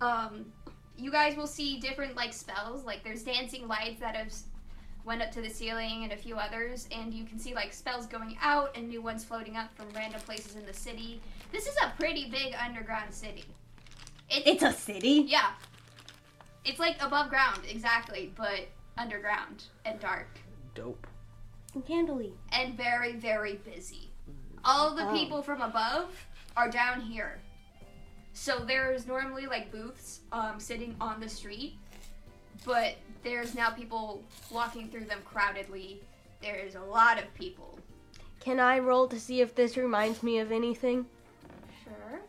[SPEAKER 1] Um, you guys will see different like spells, like there's dancing lights that have s- went up to the ceiling and a few others, and you can see like spells going out and new ones floating up from random places in the city. This is a pretty big underground city. It,
[SPEAKER 4] It's a city.
[SPEAKER 1] yeah, it's like above ground exactly, but underground and dark
[SPEAKER 2] Dope.
[SPEAKER 4] Candly.
[SPEAKER 1] and very, very busy. All the
[SPEAKER 4] Oh.
[SPEAKER 1] people from above are down here. So there's normally like booths um, sitting on the street, but there's now people walking through them crowdedly. There is a lot of people.
[SPEAKER 4] Can I roll to see if this reminds me of anything?
[SPEAKER 1] Sure.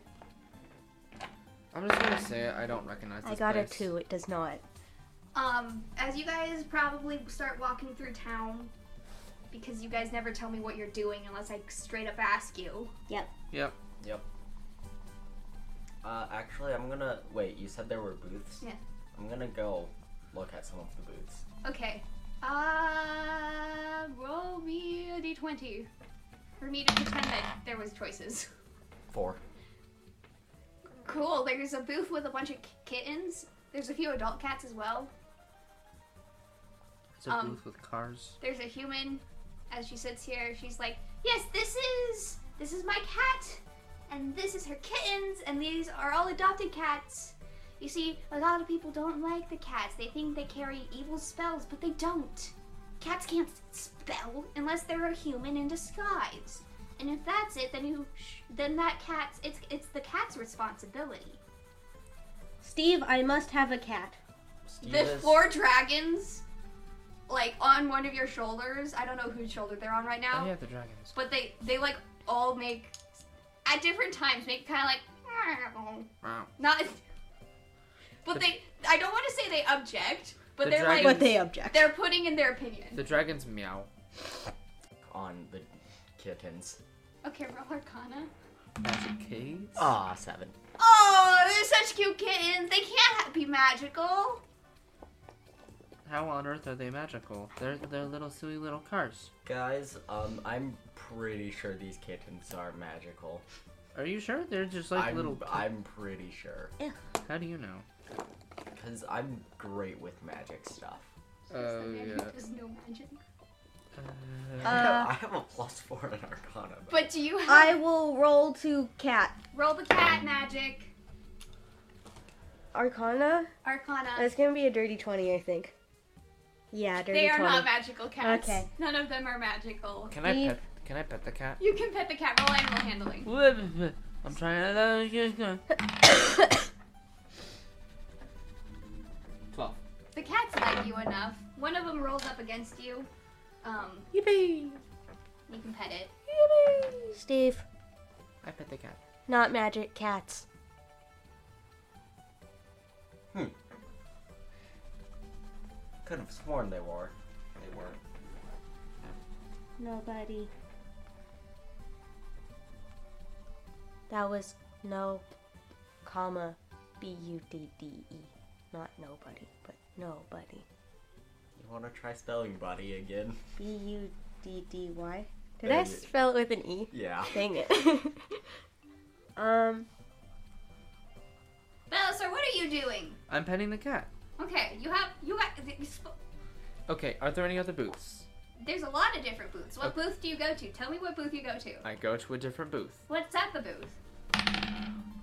[SPEAKER 2] I'm just gonna say I don't recognize this
[SPEAKER 4] I got a
[SPEAKER 2] place.
[SPEAKER 4] two. It does not.
[SPEAKER 1] Um, as you guys probably start walking through town, because you guys never tell me what you're doing unless I straight up ask you.
[SPEAKER 3] Uh, actually, I'm gonna wait. You said there were booths.
[SPEAKER 1] Yeah.
[SPEAKER 3] I'm gonna go look at some of the booths.
[SPEAKER 1] Okay. Uh, roll me a d20. For me to pretend that there was choices.
[SPEAKER 3] Four.
[SPEAKER 1] Cool. There's a booth with a bunch of k- kittens. There's a few adult cats as well.
[SPEAKER 2] It's a
[SPEAKER 1] Um,
[SPEAKER 2] booth with cars.
[SPEAKER 1] There's a human. As she sits here, she's like, "Yes, this is this is my cat, and this is her kittens, and these are all adopted cats." You see, a lot of people don't like the cats. They think they carry evil spells, but they don't. Cats can't spell unless they're a human in disguise. And if that's it, then you, sh- then that cat's it's it's the cat's responsibility.
[SPEAKER 4] Steve, I must have a cat.
[SPEAKER 3] Steve
[SPEAKER 1] the
[SPEAKER 3] is-
[SPEAKER 1] four dragons, like on one of your shoulders. I don't know whose shoulder they're on right now,
[SPEAKER 2] Oh yeah, the dragons.
[SPEAKER 1] but they they like all make at different times make kind of like
[SPEAKER 2] Wow.
[SPEAKER 1] not. But they, I don't want to say they object, but
[SPEAKER 2] The
[SPEAKER 1] they're
[SPEAKER 2] dragons-
[SPEAKER 1] like
[SPEAKER 4] But they object.
[SPEAKER 1] they're putting in their opinion.
[SPEAKER 2] The dragons meow.
[SPEAKER 3] on the kittens.
[SPEAKER 1] Okay, roll Arcana.
[SPEAKER 2] Magic kids.
[SPEAKER 3] Ah, seven.
[SPEAKER 1] Oh, they're such cute kittens. They can't ha- be
[SPEAKER 2] Oh,
[SPEAKER 1] magical.
[SPEAKER 2] How on earth are they magical? They're they're little silly little cars.
[SPEAKER 3] Guys, um, I'm pretty sure these kittens are magical.
[SPEAKER 2] Are you sure? They're just like
[SPEAKER 3] I'm,
[SPEAKER 2] little.
[SPEAKER 3] I'm pretty sure.
[SPEAKER 2] How do you know?
[SPEAKER 3] Because I'm great with magic stuff.
[SPEAKER 1] There's the
[SPEAKER 2] Oh,
[SPEAKER 1] man who
[SPEAKER 2] yeah.
[SPEAKER 1] does no magic.
[SPEAKER 2] Uh,
[SPEAKER 4] Uh,
[SPEAKER 3] I have a plus four in Arcana. But...
[SPEAKER 1] But do you have
[SPEAKER 4] I will roll to cat.
[SPEAKER 1] roll the cat magic
[SPEAKER 4] Arcana?
[SPEAKER 1] Arcana?
[SPEAKER 4] That's gonna be a dirty 20, I think. Yeah, dirty
[SPEAKER 1] They are
[SPEAKER 4] 20.
[SPEAKER 1] not magical cats.
[SPEAKER 4] Okay.
[SPEAKER 1] None of them are magical.
[SPEAKER 2] can I
[SPEAKER 4] Steve-
[SPEAKER 2] pet? Can I pet the cat?
[SPEAKER 1] You can pet the cat. Roll animal handling.
[SPEAKER 2] I'm trying to. Twelve.
[SPEAKER 1] The cats like you enough. One of them rolls up against you. Um,
[SPEAKER 4] Yippee!
[SPEAKER 1] you can pet it.
[SPEAKER 4] Steve,
[SPEAKER 2] I pet the cat.
[SPEAKER 4] not magic cats.
[SPEAKER 3] Could have sworn they were. They weren't.
[SPEAKER 4] Nobody. That was no, comma, B U D D E. Not nobody, but nobody.
[SPEAKER 3] You want to try spelling buddy again?
[SPEAKER 4] B U D D Y? Did I
[SPEAKER 3] Dang it.
[SPEAKER 4] spell it with an E?
[SPEAKER 3] Yeah.
[SPEAKER 4] Dang it. um,
[SPEAKER 1] Belisar, what are you doing?
[SPEAKER 2] I'm petting the cat.
[SPEAKER 1] Okay, you have you got. th- you sp-
[SPEAKER 2] Okay, are there any other booths?
[SPEAKER 1] There's a lot of different booths. What booth do you go to? Tell me what booth you go to.
[SPEAKER 2] I go to a different booth.
[SPEAKER 1] What's at the booth?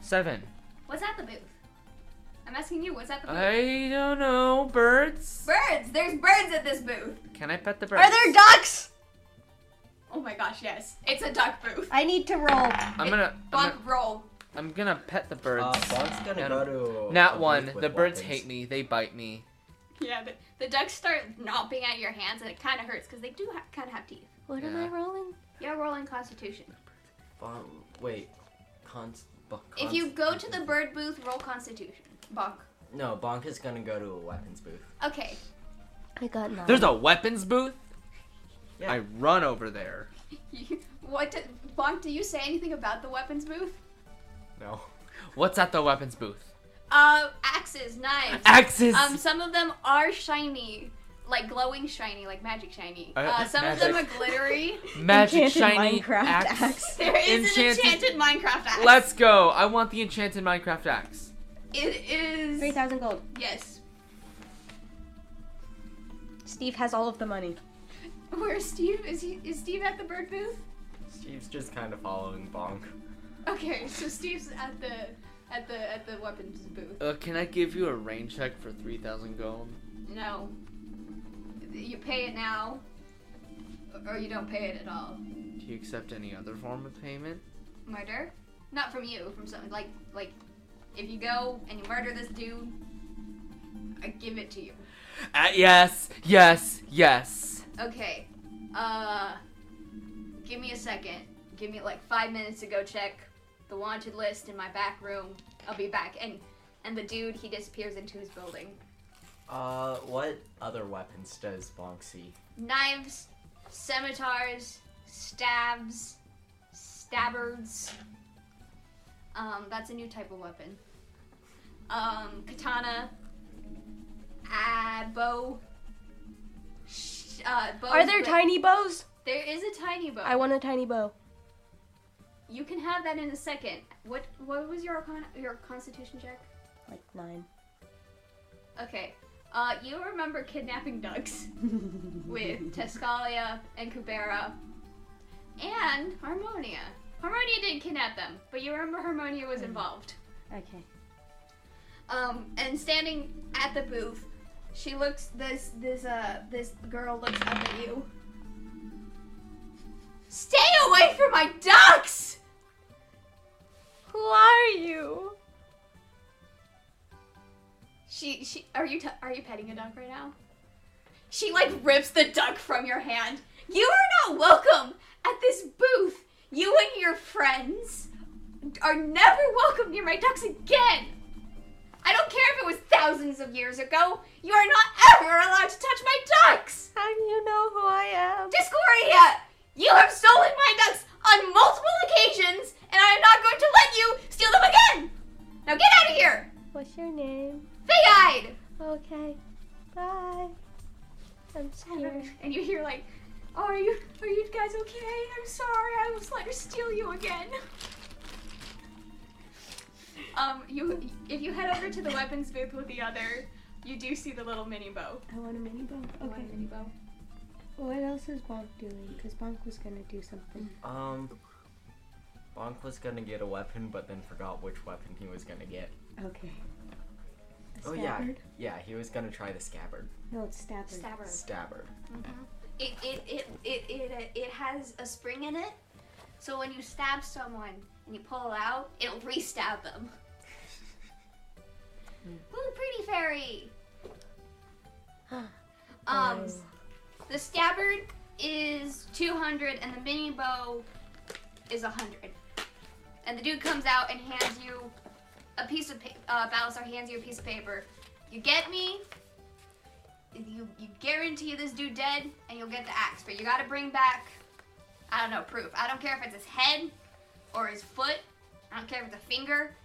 [SPEAKER 2] Seven.
[SPEAKER 1] What's at the booth? I'm asking you. What's at the booth?
[SPEAKER 2] I don't know. Birds?
[SPEAKER 1] birds. There's birds at this booth.
[SPEAKER 2] Can I pet the birds?
[SPEAKER 4] are there ducks?
[SPEAKER 1] Oh my gosh, yes. It's a duck booth.
[SPEAKER 4] I need to roll.
[SPEAKER 2] I'm gonna, I'm
[SPEAKER 1] Bonk
[SPEAKER 2] gonna,
[SPEAKER 1] roll.
[SPEAKER 2] I'm gonna pet the birds.
[SPEAKER 3] Uh, Bonk's gonna
[SPEAKER 2] And
[SPEAKER 3] go to.
[SPEAKER 2] Not one. The birds hate me. They bite me.
[SPEAKER 1] Yeah, the, the ducks start knopping at your hands, and it kind of hurts because they do ha- kind of have teeth.
[SPEAKER 4] What am
[SPEAKER 2] Yeah.
[SPEAKER 4] I rolling?
[SPEAKER 1] You're rolling Constitution.
[SPEAKER 3] Bonk, wait. Const, bonk,
[SPEAKER 1] if you go to the bird booth, roll Constitution. Bonk.
[SPEAKER 3] No, Bonk is gonna go to a weapons booth.
[SPEAKER 1] Okay.
[SPEAKER 4] I got nine.
[SPEAKER 2] There's a weapons booth?
[SPEAKER 3] Yeah.
[SPEAKER 2] I run over there.
[SPEAKER 1] what did, Bonk? Do you say anything about the weapons booth?
[SPEAKER 3] No.
[SPEAKER 2] What's at the weapons booth?
[SPEAKER 1] Uh, axes, knives.
[SPEAKER 2] Axes!
[SPEAKER 1] Um, some of them are shiny, like glowing shiny, like magic shiny.
[SPEAKER 2] Uh,
[SPEAKER 1] Uh, some of them
[SPEAKER 2] magic.
[SPEAKER 1] are glittery.
[SPEAKER 2] Magic
[SPEAKER 4] Enchanted
[SPEAKER 2] shiny
[SPEAKER 4] Minecraft
[SPEAKER 2] axe.
[SPEAKER 4] axe.
[SPEAKER 1] There is
[SPEAKER 2] Enchanted-
[SPEAKER 1] an enchanted Minecraft axe.
[SPEAKER 2] Let's go! I want the enchanted Minecraft axe.
[SPEAKER 1] It is.
[SPEAKER 4] Three thousand gold.
[SPEAKER 1] Yes.
[SPEAKER 4] Steve has all of the money.
[SPEAKER 1] Where is Steve? Is he? Is Steve at the bird booth?
[SPEAKER 3] Steve's just kind of following Bonk.
[SPEAKER 1] Okay, so Steve's at the at the at the weapons booth.
[SPEAKER 2] Uh, can I give you a rain check for 3,000 gold?
[SPEAKER 1] No. You pay it now, or you don't pay it at all.
[SPEAKER 2] Do you accept any other form of payment?
[SPEAKER 1] Murder? Not from you. From something like like, if you go and you murder this dude, I give it to you.
[SPEAKER 2] Uh, yes, yes, yes.
[SPEAKER 1] Okay. Uh, give me a second. Give me like five minutes to go check the wanted list in my back room. I'll be back. And and the dude he disappears into his building.
[SPEAKER 3] Uh, what other weapons does Bonk see?
[SPEAKER 1] knives, scimitars, stabs, stabbards. Um, that's a new type of weapon. Um, katana, uh, bow. Sh- uh, bows
[SPEAKER 4] Are there
[SPEAKER 1] with-
[SPEAKER 4] tiny bows?
[SPEAKER 1] There is a tiny bow.
[SPEAKER 4] I want a tiny bow.
[SPEAKER 1] you can have that in a second. What What was your arcana, your Constitution check?
[SPEAKER 4] Like nine.
[SPEAKER 1] Okay. Uh, you remember kidnapping ducks with Tescalia and Kubera and Harmonia. Harmonia didn't kidnap them, but you remember Harmonia was involved.
[SPEAKER 4] Okay.
[SPEAKER 1] Um, and standing at the booth, she looks this this uh this girl looks up at you. Stay away from my ducks!
[SPEAKER 4] Who are you?
[SPEAKER 1] She she are you t- are you petting a duck right now? She like rips the duck from your hand. You are not welcome at this booth. You and your friends are never welcome near my ducks again. I don't care if it was thousands of years ago. You are not ever allowed to touch my ducks.
[SPEAKER 4] How do you know who I am?
[SPEAKER 1] Discordia, you have stolen my ducks on multiple occasions, and I am not going to let you steal them again. Now get out of here,
[SPEAKER 4] What's your name?
[SPEAKER 1] big-eyed.
[SPEAKER 4] Okay. Bye. I'm scared.
[SPEAKER 1] And you hear like, oh, "Are you are you guys okay? I'm sorry. I was let her steal you again." Um, you if you head over to the weapons booth with the other, you do see the little mini bow.
[SPEAKER 4] I want a mini bow. Okay.
[SPEAKER 1] mini bow.
[SPEAKER 4] What else is Bonk doing? Because Bonk was gonna do something.
[SPEAKER 3] Um, Bonk was gonna get a weapon, but then forgot which weapon he was gonna get.
[SPEAKER 4] Mm. Okay. A
[SPEAKER 3] Oh yeah,
[SPEAKER 4] scabbard?
[SPEAKER 3] yeah, he was gonna try the scabbard.
[SPEAKER 4] No, it's stabber.
[SPEAKER 1] Stabber.
[SPEAKER 3] Scabbard.
[SPEAKER 1] Mm-hmm. It it, it it it uh, it has a spring in it, so when you stab someone and you pull it out, it'll re-stab them. Ooh, pretty fairy. um, the scabbard is 200 and the mini bow is 100. And the dude comes out and hands you a piece of pa- uh, Balasar hands you a piece of paper. You get me. You you guarantee this dude dead, and you'll get the axe. But you gotta bring back, I don't know, proof. I don't care if it's his head or his foot. I don't care if it's a finger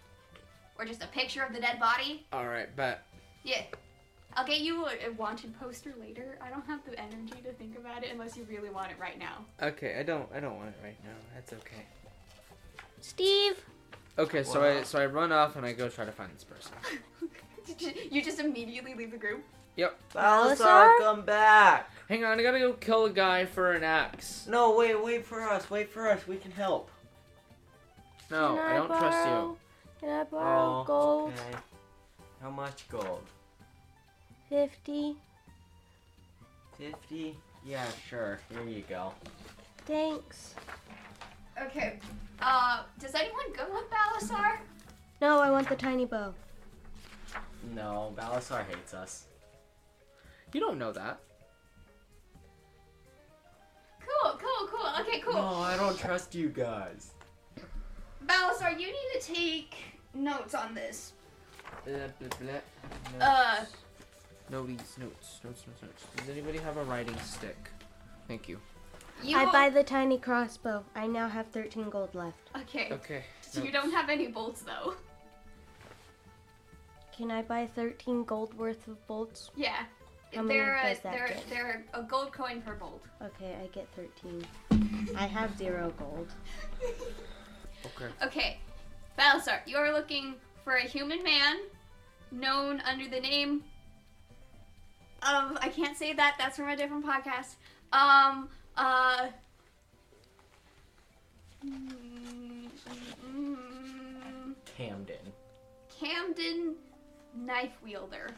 [SPEAKER 1] or just a picture of the dead body.
[SPEAKER 2] Alright, but
[SPEAKER 1] Yeah. I'll get you a, a wanted poster later. I don't have the energy to think about it unless you really want it right now.
[SPEAKER 2] Okay, I don't I don't want it right now. That's okay.
[SPEAKER 4] Steve.
[SPEAKER 2] Okay, so I so I run off and I go try to find this person.
[SPEAKER 1] you just immediately leave the group.
[SPEAKER 4] Salazar?
[SPEAKER 3] Balazar, come back!
[SPEAKER 2] Hang on, I gotta go kill a guy for an axe.
[SPEAKER 3] No, wait, wait for us, wait for us, we can help.
[SPEAKER 2] No,
[SPEAKER 4] Can
[SPEAKER 2] I don't trust you. Oh,
[SPEAKER 4] borrow- Can I borrow gold?
[SPEAKER 3] Oh, okay. How much gold?
[SPEAKER 4] Fifty.
[SPEAKER 3] 50? Yeah, sure, here you go.
[SPEAKER 4] Thanks.
[SPEAKER 1] Okay. Uh, does anyone go with Balasar?
[SPEAKER 4] No, I want the tiny bow.
[SPEAKER 3] No, Balazar hates us.
[SPEAKER 2] You don't know that.
[SPEAKER 1] Cool, cool, cool. Okay, cool.
[SPEAKER 3] No, I don't trust you guys.
[SPEAKER 1] Balasar, you need to take notes on this.
[SPEAKER 2] Blah, blah, blah.
[SPEAKER 1] Uh.
[SPEAKER 2] Notes. No these notes, notes, notes, notes. Does anybody have a writing stick? Thank you.
[SPEAKER 1] You
[SPEAKER 4] I buy the tiny crossbow. I now have 13 gold left.
[SPEAKER 1] Okay.
[SPEAKER 2] Okay.
[SPEAKER 1] So you don't have any bolts though.
[SPEAKER 4] Can I buy 13 gold worth of bolts?
[SPEAKER 1] Yeah.
[SPEAKER 4] How many
[SPEAKER 1] they're a,
[SPEAKER 4] does that
[SPEAKER 1] they're
[SPEAKER 4] get?
[SPEAKER 1] they're a gold coin per bolt.
[SPEAKER 4] Okay, I get 13. I have zero gold.
[SPEAKER 2] Okay.
[SPEAKER 1] Okay. Balasar, you are looking for a human man known under the name of I can't say that, that's from a different podcast. Um uh mm, mm,
[SPEAKER 3] Camden.
[SPEAKER 1] Camden knife wielder.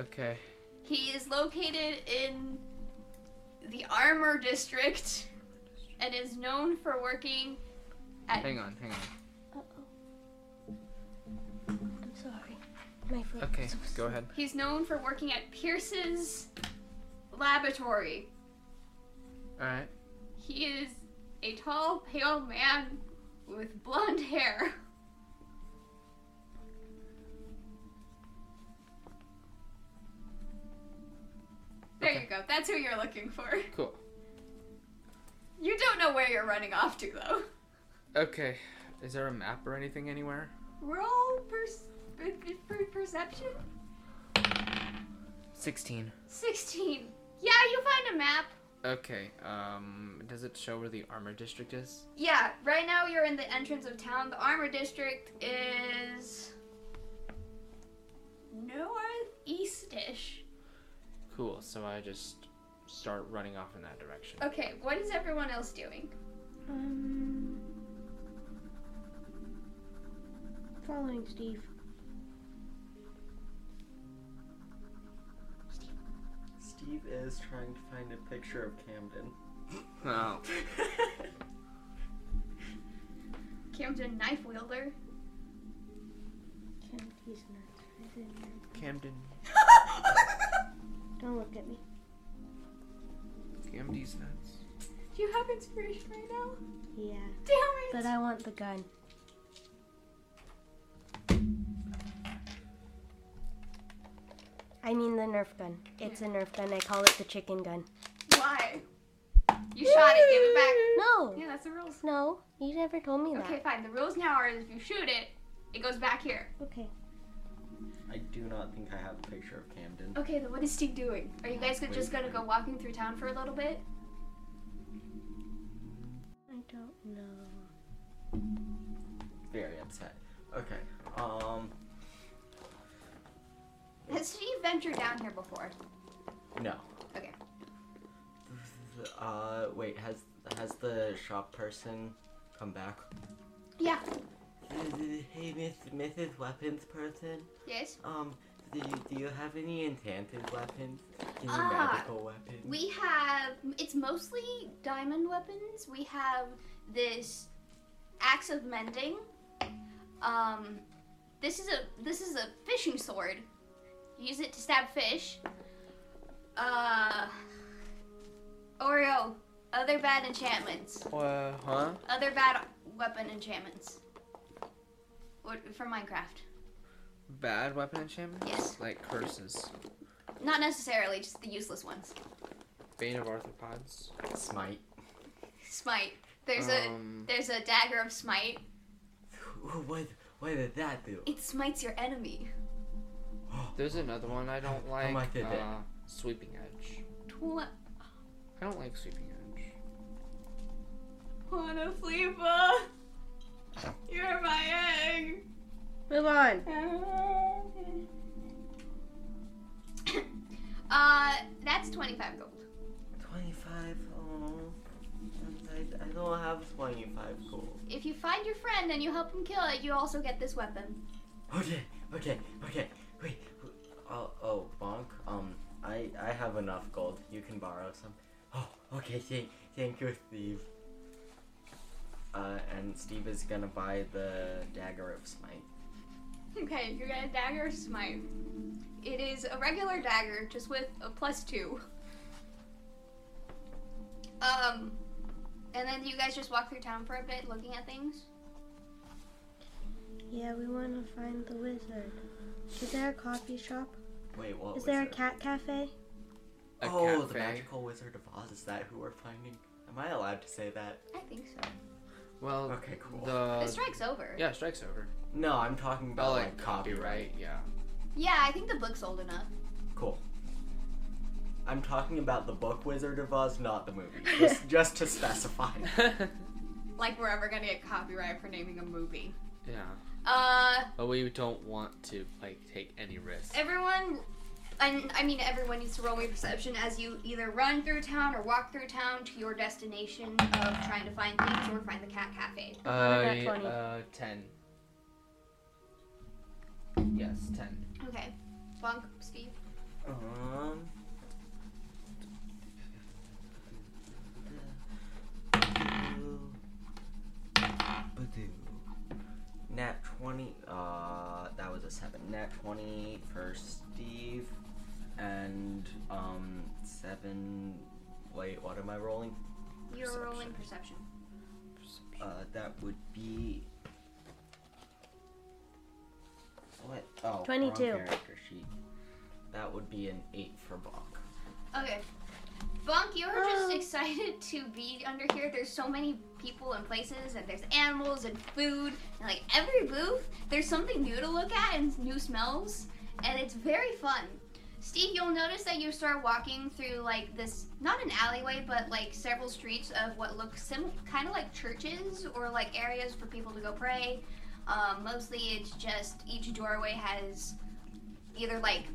[SPEAKER 2] Okay.
[SPEAKER 1] He is located in the Armor District and is known for working at.
[SPEAKER 2] Hang on, hang on.
[SPEAKER 4] I'm sorry. My foot.
[SPEAKER 2] Okay, go ahead.
[SPEAKER 1] He's known for working at Pierce's laboratory.
[SPEAKER 2] Alright.
[SPEAKER 1] He is a tall, pale man with blonde hair. There
[SPEAKER 2] Okay.
[SPEAKER 1] you go. That's who you're looking for.
[SPEAKER 2] Cool.
[SPEAKER 1] You don't know where you're running off to, though.
[SPEAKER 2] Okay. Is there a map or anything anywhere?
[SPEAKER 1] Roll perce- per- per- perception?
[SPEAKER 2] 16.
[SPEAKER 1] 16. Yeah, you find a map.
[SPEAKER 2] Okay. Um does it show where the armor district is?
[SPEAKER 1] Yeah, right now you're in the entrance of town. The armor district is northeast-ish.
[SPEAKER 2] Cool. So I just start running off in that direction.
[SPEAKER 1] Okay, what is everyone else doing?
[SPEAKER 4] Um, following Steve.
[SPEAKER 3] Steve is trying to find a picture of Camden.
[SPEAKER 2] Oh.
[SPEAKER 1] Camden knife wielder.
[SPEAKER 4] Can't- He's nuts.
[SPEAKER 2] Camden.
[SPEAKER 4] Don't look at me.
[SPEAKER 2] Camden's nuts.
[SPEAKER 1] Do you have inspiration right now?
[SPEAKER 4] Yeah.
[SPEAKER 1] Damn it!
[SPEAKER 4] But I want the gun. I mean the Nerf gun. It's a Nerf gun. I call it the chicken gun.
[SPEAKER 1] uh, Why? You shot it. Give it back.
[SPEAKER 4] No,
[SPEAKER 1] Yeah, that's the rules.
[SPEAKER 4] no, you never told me that.
[SPEAKER 1] Okay, fine. The rules now are if you shoot it, it goes back here.
[SPEAKER 4] Okay.
[SPEAKER 3] I do not think I have a picture of Camden.
[SPEAKER 1] Okay, then what is Steve doing? Are you guys just gonna go walking through town for a little bit?
[SPEAKER 4] I don't know.
[SPEAKER 3] Very upset. Okay, um,
[SPEAKER 1] Has Steve ventured down here before?
[SPEAKER 3] no.
[SPEAKER 1] Okay.
[SPEAKER 3] Uh, wait, has has the shop person come back?
[SPEAKER 1] Yeah.
[SPEAKER 3] Hey, Miss Mrs. Weapons person.
[SPEAKER 1] Yes.
[SPEAKER 3] Um, do you, do you have any enchanted weapons? Any
[SPEAKER 1] Ah,
[SPEAKER 3] magical weapons?
[SPEAKER 1] We have. It's mostly diamond weapons. We have this axe of mending. Um, this is a this is a fishing sword. You use it to stab fish. Uh, Oreo. Other bad enchantments.
[SPEAKER 2] Uh huh.
[SPEAKER 1] Other bad weapon enchantments. What from Minecraft?
[SPEAKER 2] Bad weapon enchantments?
[SPEAKER 1] Yes.
[SPEAKER 2] Like curses.
[SPEAKER 1] Not necessarily, just the useless ones.
[SPEAKER 2] Bane of arthropods.
[SPEAKER 3] Smite.
[SPEAKER 1] Smite. There's a
[SPEAKER 2] um,
[SPEAKER 1] there's a dagger of smite.
[SPEAKER 3] What, what did that do?
[SPEAKER 1] It smites your enemy.
[SPEAKER 2] There's another one I don't like.
[SPEAKER 3] like it.
[SPEAKER 2] uh, sweeping edge.
[SPEAKER 1] Tw-
[SPEAKER 2] I don't like sweeping edge.
[SPEAKER 1] Ponaflipa! You're my egg!
[SPEAKER 4] Move on.
[SPEAKER 1] uh, that's 25 gold.
[SPEAKER 3] 25. Oh, I, I don't have 25 gold.
[SPEAKER 1] If you find your friend and you help him kill it, you also get this weapon.
[SPEAKER 3] Okay, okay, okay. Wait. Oh, oh, Bonk. Um, I I have enough gold. You can borrow some. Oh, okay. Thank, thank you, Steve. Uh, and Steve is gonna buy the dagger of smite.
[SPEAKER 1] Okay, you're gonna dagger smite. It is a regular dagger, just with a plus two. Um, and then you guys just walk through town for a bit, looking at things.
[SPEAKER 4] Yeah, we want to find the wizard. Is there a coffee shop?
[SPEAKER 3] Wait, what?
[SPEAKER 4] Is there a
[SPEAKER 3] wizard?
[SPEAKER 4] cat cafe?
[SPEAKER 2] A
[SPEAKER 3] oh, the
[SPEAKER 2] cafe.
[SPEAKER 3] magical Wizard of Oz. Is that who we're finding? Am I allowed to say that?
[SPEAKER 1] I think so.
[SPEAKER 2] Well,
[SPEAKER 3] Okay, cool.
[SPEAKER 1] The
[SPEAKER 2] the
[SPEAKER 1] strike's over.
[SPEAKER 2] Uh, yeah, strike's over.
[SPEAKER 3] No, I'm talking about
[SPEAKER 2] About
[SPEAKER 3] Oh, like copyright.
[SPEAKER 2] Yeah.
[SPEAKER 1] Yeah, I think the book's old enough.
[SPEAKER 3] Cool. I'm talking about the book Wizard of Oz, not the movie. Just, just to specify.
[SPEAKER 1] Like we're ever gonna get copyright for naming a movie.
[SPEAKER 2] yeah.
[SPEAKER 1] Uh,
[SPEAKER 2] But we don't want to like take any risks.
[SPEAKER 1] everyone, and I mean everyone needs to roll me perception as you either run through town or walk through town to your destination of trying to find things or find the cat cafe.
[SPEAKER 2] Uh,
[SPEAKER 4] What about 20?
[SPEAKER 2] uh, ten. Yes, ten.
[SPEAKER 1] Okay, Bonk, Steve.
[SPEAKER 3] Um. Nat 20, uh, that was a 7. Nat 20 for Steve, and, um, 7. Wait, what am I rolling?
[SPEAKER 1] You're
[SPEAKER 3] Perception.
[SPEAKER 1] rolling perception.
[SPEAKER 3] Uh, that would be. What? Oh, wrong
[SPEAKER 4] 22.
[SPEAKER 3] character sheet. That would be an 8 for Bonk.
[SPEAKER 1] Okay. Bonk, you are just
[SPEAKER 4] Oh.
[SPEAKER 1] excited to be under here. There's so many people and places, and there's animals and food, and like every booth, there's something new to look at and new smells, and it's very fun. Steve, you'll notice that you start walking through like this, not an alleyway, but like several streets of what look sim- kind of like churches or like areas for people to go pray. Um, mostly it's just each doorway has either like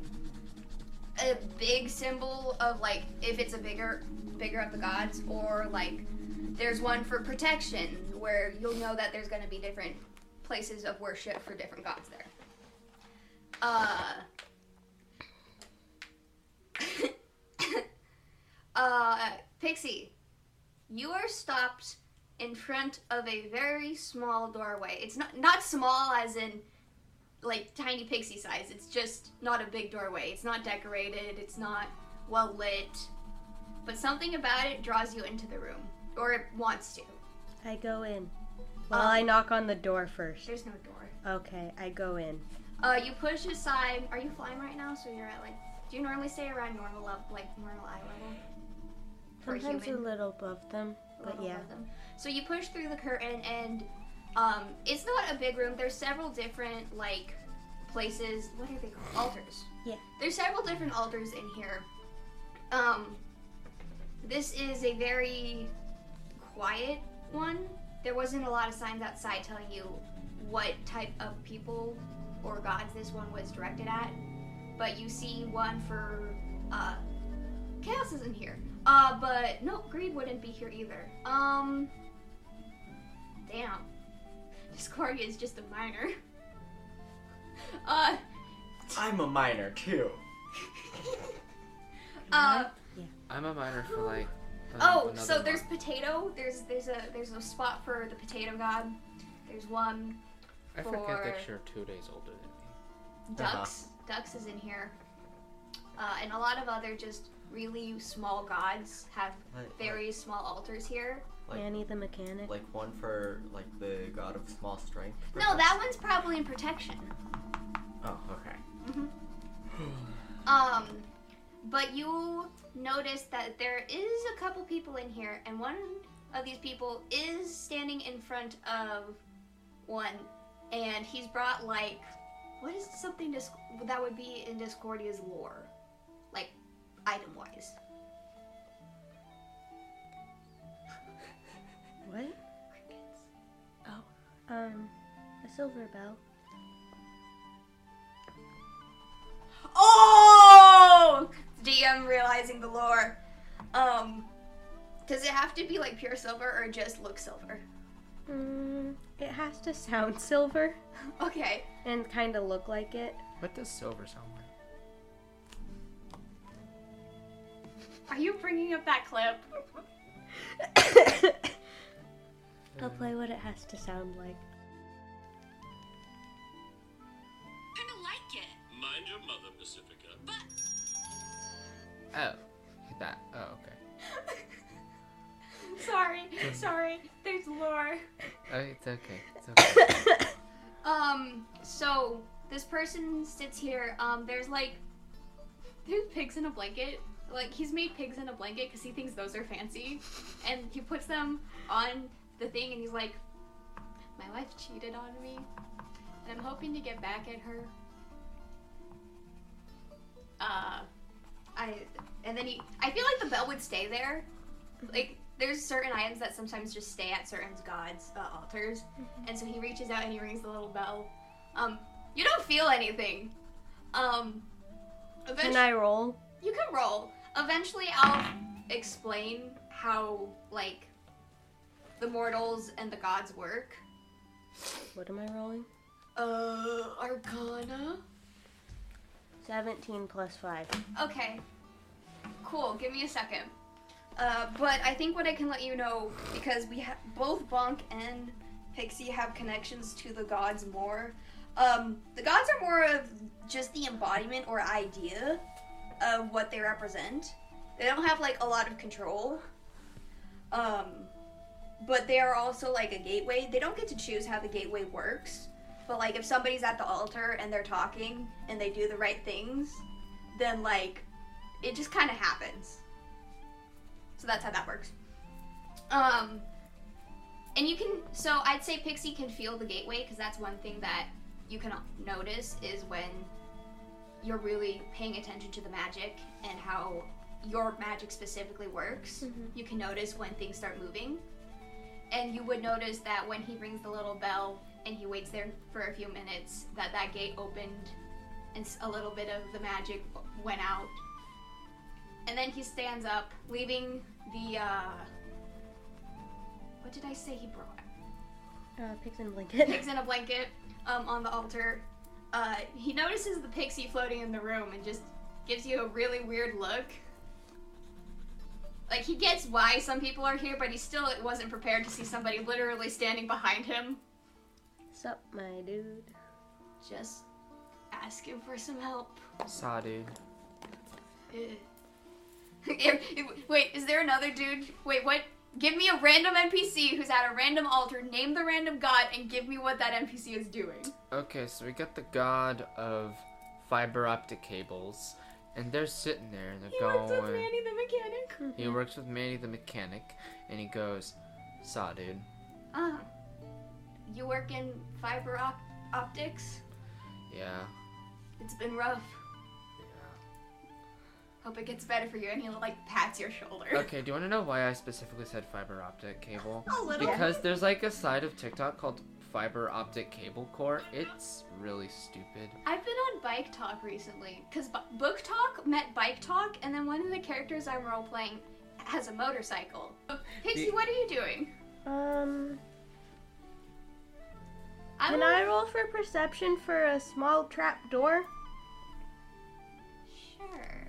[SPEAKER 1] a big symbol of like if it's a bigger bigger of the gods or like there's one for protection where you'll know that there's going to be different places of worship for different gods there uh uh pixie you are stopped in front of a very small doorway it's not not small as in like tiny pixie size. It's just not a big doorway. It's not decorated. It's not well lit. But something about it draws you into the room, or it wants to.
[SPEAKER 4] I go
[SPEAKER 1] Um,
[SPEAKER 4] in. Well, I knock on the door first.
[SPEAKER 1] There's no door.
[SPEAKER 4] Okay, I go in.
[SPEAKER 1] Uh, you push aside. Are you flying right now? So you're at like. Do you normally stay around normal level, like normal eye level? For a
[SPEAKER 4] Sometimes a
[SPEAKER 1] human?
[SPEAKER 4] little above them, but
[SPEAKER 1] Level
[SPEAKER 4] yeah.
[SPEAKER 1] above them? So you push through the curtain, and um, it's not a big room. There's several different like places. What are they called? Altars.
[SPEAKER 4] Yeah.
[SPEAKER 1] There's several different altars in here. Um, this is a very quiet one. There wasn't a lot of signs outside telling you what type of people or gods this one was directed at, but you see one for uh, chaos isn't here. Uh, but no, greed wouldn't be here either. Um, damn, Discordia is just a minor. uh,
[SPEAKER 3] I'm a minor too.
[SPEAKER 1] uh.
[SPEAKER 2] I'm a minor for like. um,
[SPEAKER 1] Oh,
[SPEAKER 2] another
[SPEAKER 1] so
[SPEAKER 2] month.
[SPEAKER 1] there's potato. There's there's a there's a spot for the potato god. There's one
[SPEAKER 2] I forget that
[SPEAKER 1] for-
[SPEAKER 2] you're two days older than me.
[SPEAKER 1] ducks. Ducks is in here, uh, and a lot of other just really small gods have
[SPEAKER 3] Like,
[SPEAKER 1] very small altars here.
[SPEAKER 3] Like-
[SPEAKER 4] Annie the mechanic.
[SPEAKER 3] like, like one for like the god of small strength.
[SPEAKER 1] No, that one's probably in protection.
[SPEAKER 3] Oh, okay.
[SPEAKER 1] Um, but you notice that there is a couple people in here, and one of these people is standing in front of one, and he's brought like What is something dis- that would be in Discordia's lore? Like, item wise.
[SPEAKER 4] What? Um, a silver bell.
[SPEAKER 1] Oh! DM realizing the lore. Um, does it have to be like pure silver or just look silver? Hmm.
[SPEAKER 4] Mm, it has to sound silver
[SPEAKER 1] Okay.
[SPEAKER 4] and kind of look like it.
[SPEAKER 2] What does silver sound like?
[SPEAKER 1] Are you bringing up that clip?
[SPEAKER 4] I'll play what it has to sound like.
[SPEAKER 6] kind of like it.
[SPEAKER 7] Mind your mother, Pacifica.
[SPEAKER 2] Oh, hit that. Oh, okay.
[SPEAKER 1] sorry, sorry. There's lore.
[SPEAKER 2] Oh, it's okay. It's okay.
[SPEAKER 1] Um, so this person sits here. Um, there's like, there's pigs in a blanket. Like he's made pigs in a blanket because he thinks those are fancy, and he puts them on the thing, and he's like, "My wife cheated on me, and I'm hoping to get back at her." Uh, I and then he. I feel like the bell would stay there. Like there's certain items that sometimes just stay at certain gods' uh, altars,
[SPEAKER 4] Mm-hmm.
[SPEAKER 1] and so he reaches out and he rings the little bell. Um, you don't feel anything. Um,
[SPEAKER 4] Can
[SPEAKER 1] eventually,
[SPEAKER 4] I roll?
[SPEAKER 1] you can roll. Eventually, I'll explain how like the mortals and the gods work.
[SPEAKER 4] What am I rolling?
[SPEAKER 1] Uh, Arcana.
[SPEAKER 4] 17 plus 5.
[SPEAKER 1] Okay. Cool. Give me a second. Uh, but I think what I can let you know because we ha- both Bonk and Pixie have connections to the gods more. Um, the gods are more of just the embodiment or idea of what they represent. They don't have like a lot of control. Um, but they are also like a gateway. They don't get to choose how the gateway works. But like if somebody's at the altar and they're talking and they do the right things, then like it just kind of happens. So that's how that works. Um and you can so I'd say Pixie can feel the gateway cuz that's one thing that you can notice is when you're really paying attention to the magic and how your magic specifically works. You can notice when things start moving. And you would notice that when he rings the little bell and he waits there for a few minutes that that gate opened and s- a little bit of the magic w- went out. And then he stands up, leaving the. Uh, what did I say he brought?
[SPEAKER 4] Uh, pigs in blanket.
[SPEAKER 1] Pigs in a blanket um, on the altar. Uh, he notices the pixie floating in the room and just gives you a really weird look. Like he gets why some people are here, but he still wasn't prepared to see somebody literally standing behind him.
[SPEAKER 4] Sup, my dude.
[SPEAKER 1] Just ask him for some help.
[SPEAKER 2] Saw, dude.
[SPEAKER 1] Wait, is there another dude? Wait, what? Give me a random NPC who's at a random altar, name the random god, and give me what that NPC is doing.
[SPEAKER 2] Okay, so we got the god of fiber optic cables, and they're sitting there and they're going.
[SPEAKER 1] the mechanic.
[SPEAKER 2] He works with Manny the mechanic, and he goes, "Saw, dude.
[SPEAKER 1] Ah. You work in fiber op- optics?
[SPEAKER 2] Yeah,
[SPEAKER 1] It's been rough. Hope it gets better for you. And he like pats your shoulder.
[SPEAKER 2] Okay, do you want to know why I specifically said fiber optic cable?
[SPEAKER 1] A little.
[SPEAKER 2] Because there's like a side of TikTok called Fiber Optic Cable Core. It's really stupid.
[SPEAKER 1] I've been on Bike Talk recently because b- Book Talk met Bike Talk, and then one of the characters I'm role playing has a motorcycle. Pixie,
[SPEAKER 2] The-
[SPEAKER 1] what are you doing?
[SPEAKER 4] Um,
[SPEAKER 1] I'm
[SPEAKER 4] can
[SPEAKER 1] on-
[SPEAKER 4] I roll for perception for a small trap door?
[SPEAKER 1] Sure.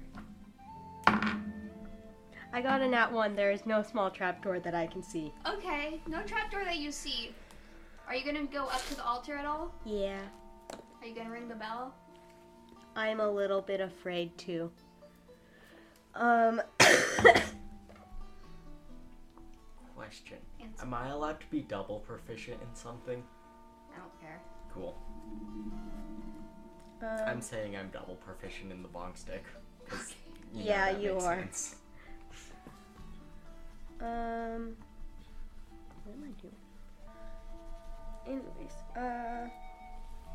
[SPEAKER 4] I got a nat one. There is no small trap door that I can see.
[SPEAKER 1] Okay. No trapdoor that you see. Are you gonna go up to the altar at all?
[SPEAKER 4] Yeah.
[SPEAKER 1] Are you gonna ring the bell?
[SPEAKER 4] I'm a little bit afraid too. Um,
[SPEAKER 3] Question.
[SPEAKER 1] Answer.
[SPEAKER 3] Am I allowed to be double proficient in something?
[SPEAKER 1] I don't care.
[SPEAKER 3] Cool. I'm
[SPEAKER 4] um
[SPEAKER 3] saying I'm double proficient in the bong stick. 'cause, you know,
[SPEAKER 4] Yeah,
[SPEAKER 3] that
[SPEAKER 4] you
[SPEAKER 3] makes
[SPEAKER 4] are.
[SPEAKER 3] sense.
[SPEAKER 4] um, what am I doing? Anyways, uh,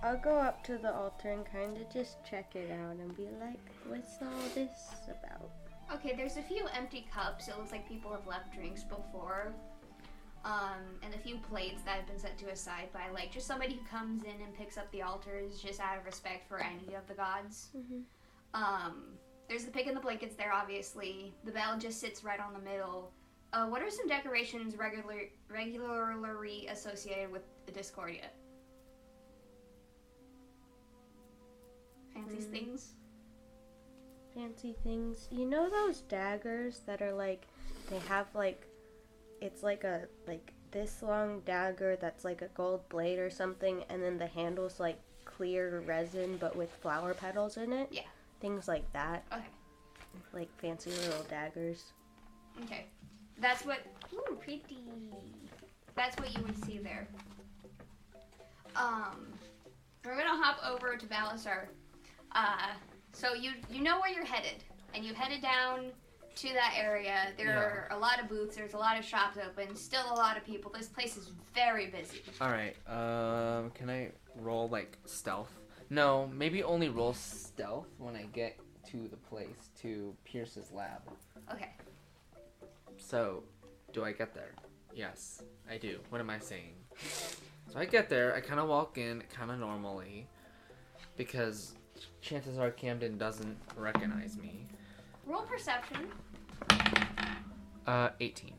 [SPEAKER 4] I'll go up to the altar and kind of just check it out and be like, what's all this about?
[SPEAKER 1] Okay, there's a few empty cups. It looks like people have left drinks before. Um, and a few plates that have been set to aside by like just somebody who comes in and picks up the altars just out of respect for any of the gods. Um, there's the pig and the blankets there, obviously. The bell just sits right on the middle. Uh, what are some decorations regular regularly associated with the Discordia? Fancy
[SPEAKER 4] Hmm.
[SPEAKER 1] things.
[SPEAKER 4] Fancy things. You know those daggers that are like, they have like, it's like a, like this long dagger that's like a gold blade or something, and then the handle's like clear resin but with flower petals in it?
[SPEAKER 1] Yeah.
[SPEAKER 4] Things like that,
[SPEAKER 1] Okay.
[SPEAKER 4] like fancy little daggers.
[SPEAKER 1] Okay. That's what. Ooh, pretty. That's what you would see there. Um, we're gonna hop over to Balasar. Uh, so you you know where you're headed, and you headed down to that area. There are a lot of booths. There's a lot of shops open. Still a lot of people. This place is very busy.
[SPEAKER 2] All right. Um, can I roll like stealth? No, maybe only roll stealth when I get to the place to Pierce's lab.
[SPEAKER 1] Okay.
[SPEAKER 2] So, do I get there? Yes, I do. What am I saying? So I get there. I kind of walk in, kind of normally, because chances are Camden doesn't recognize me.
[SPEAKER 1] Roll perception.
[SPEAKER 2] Uh, 18.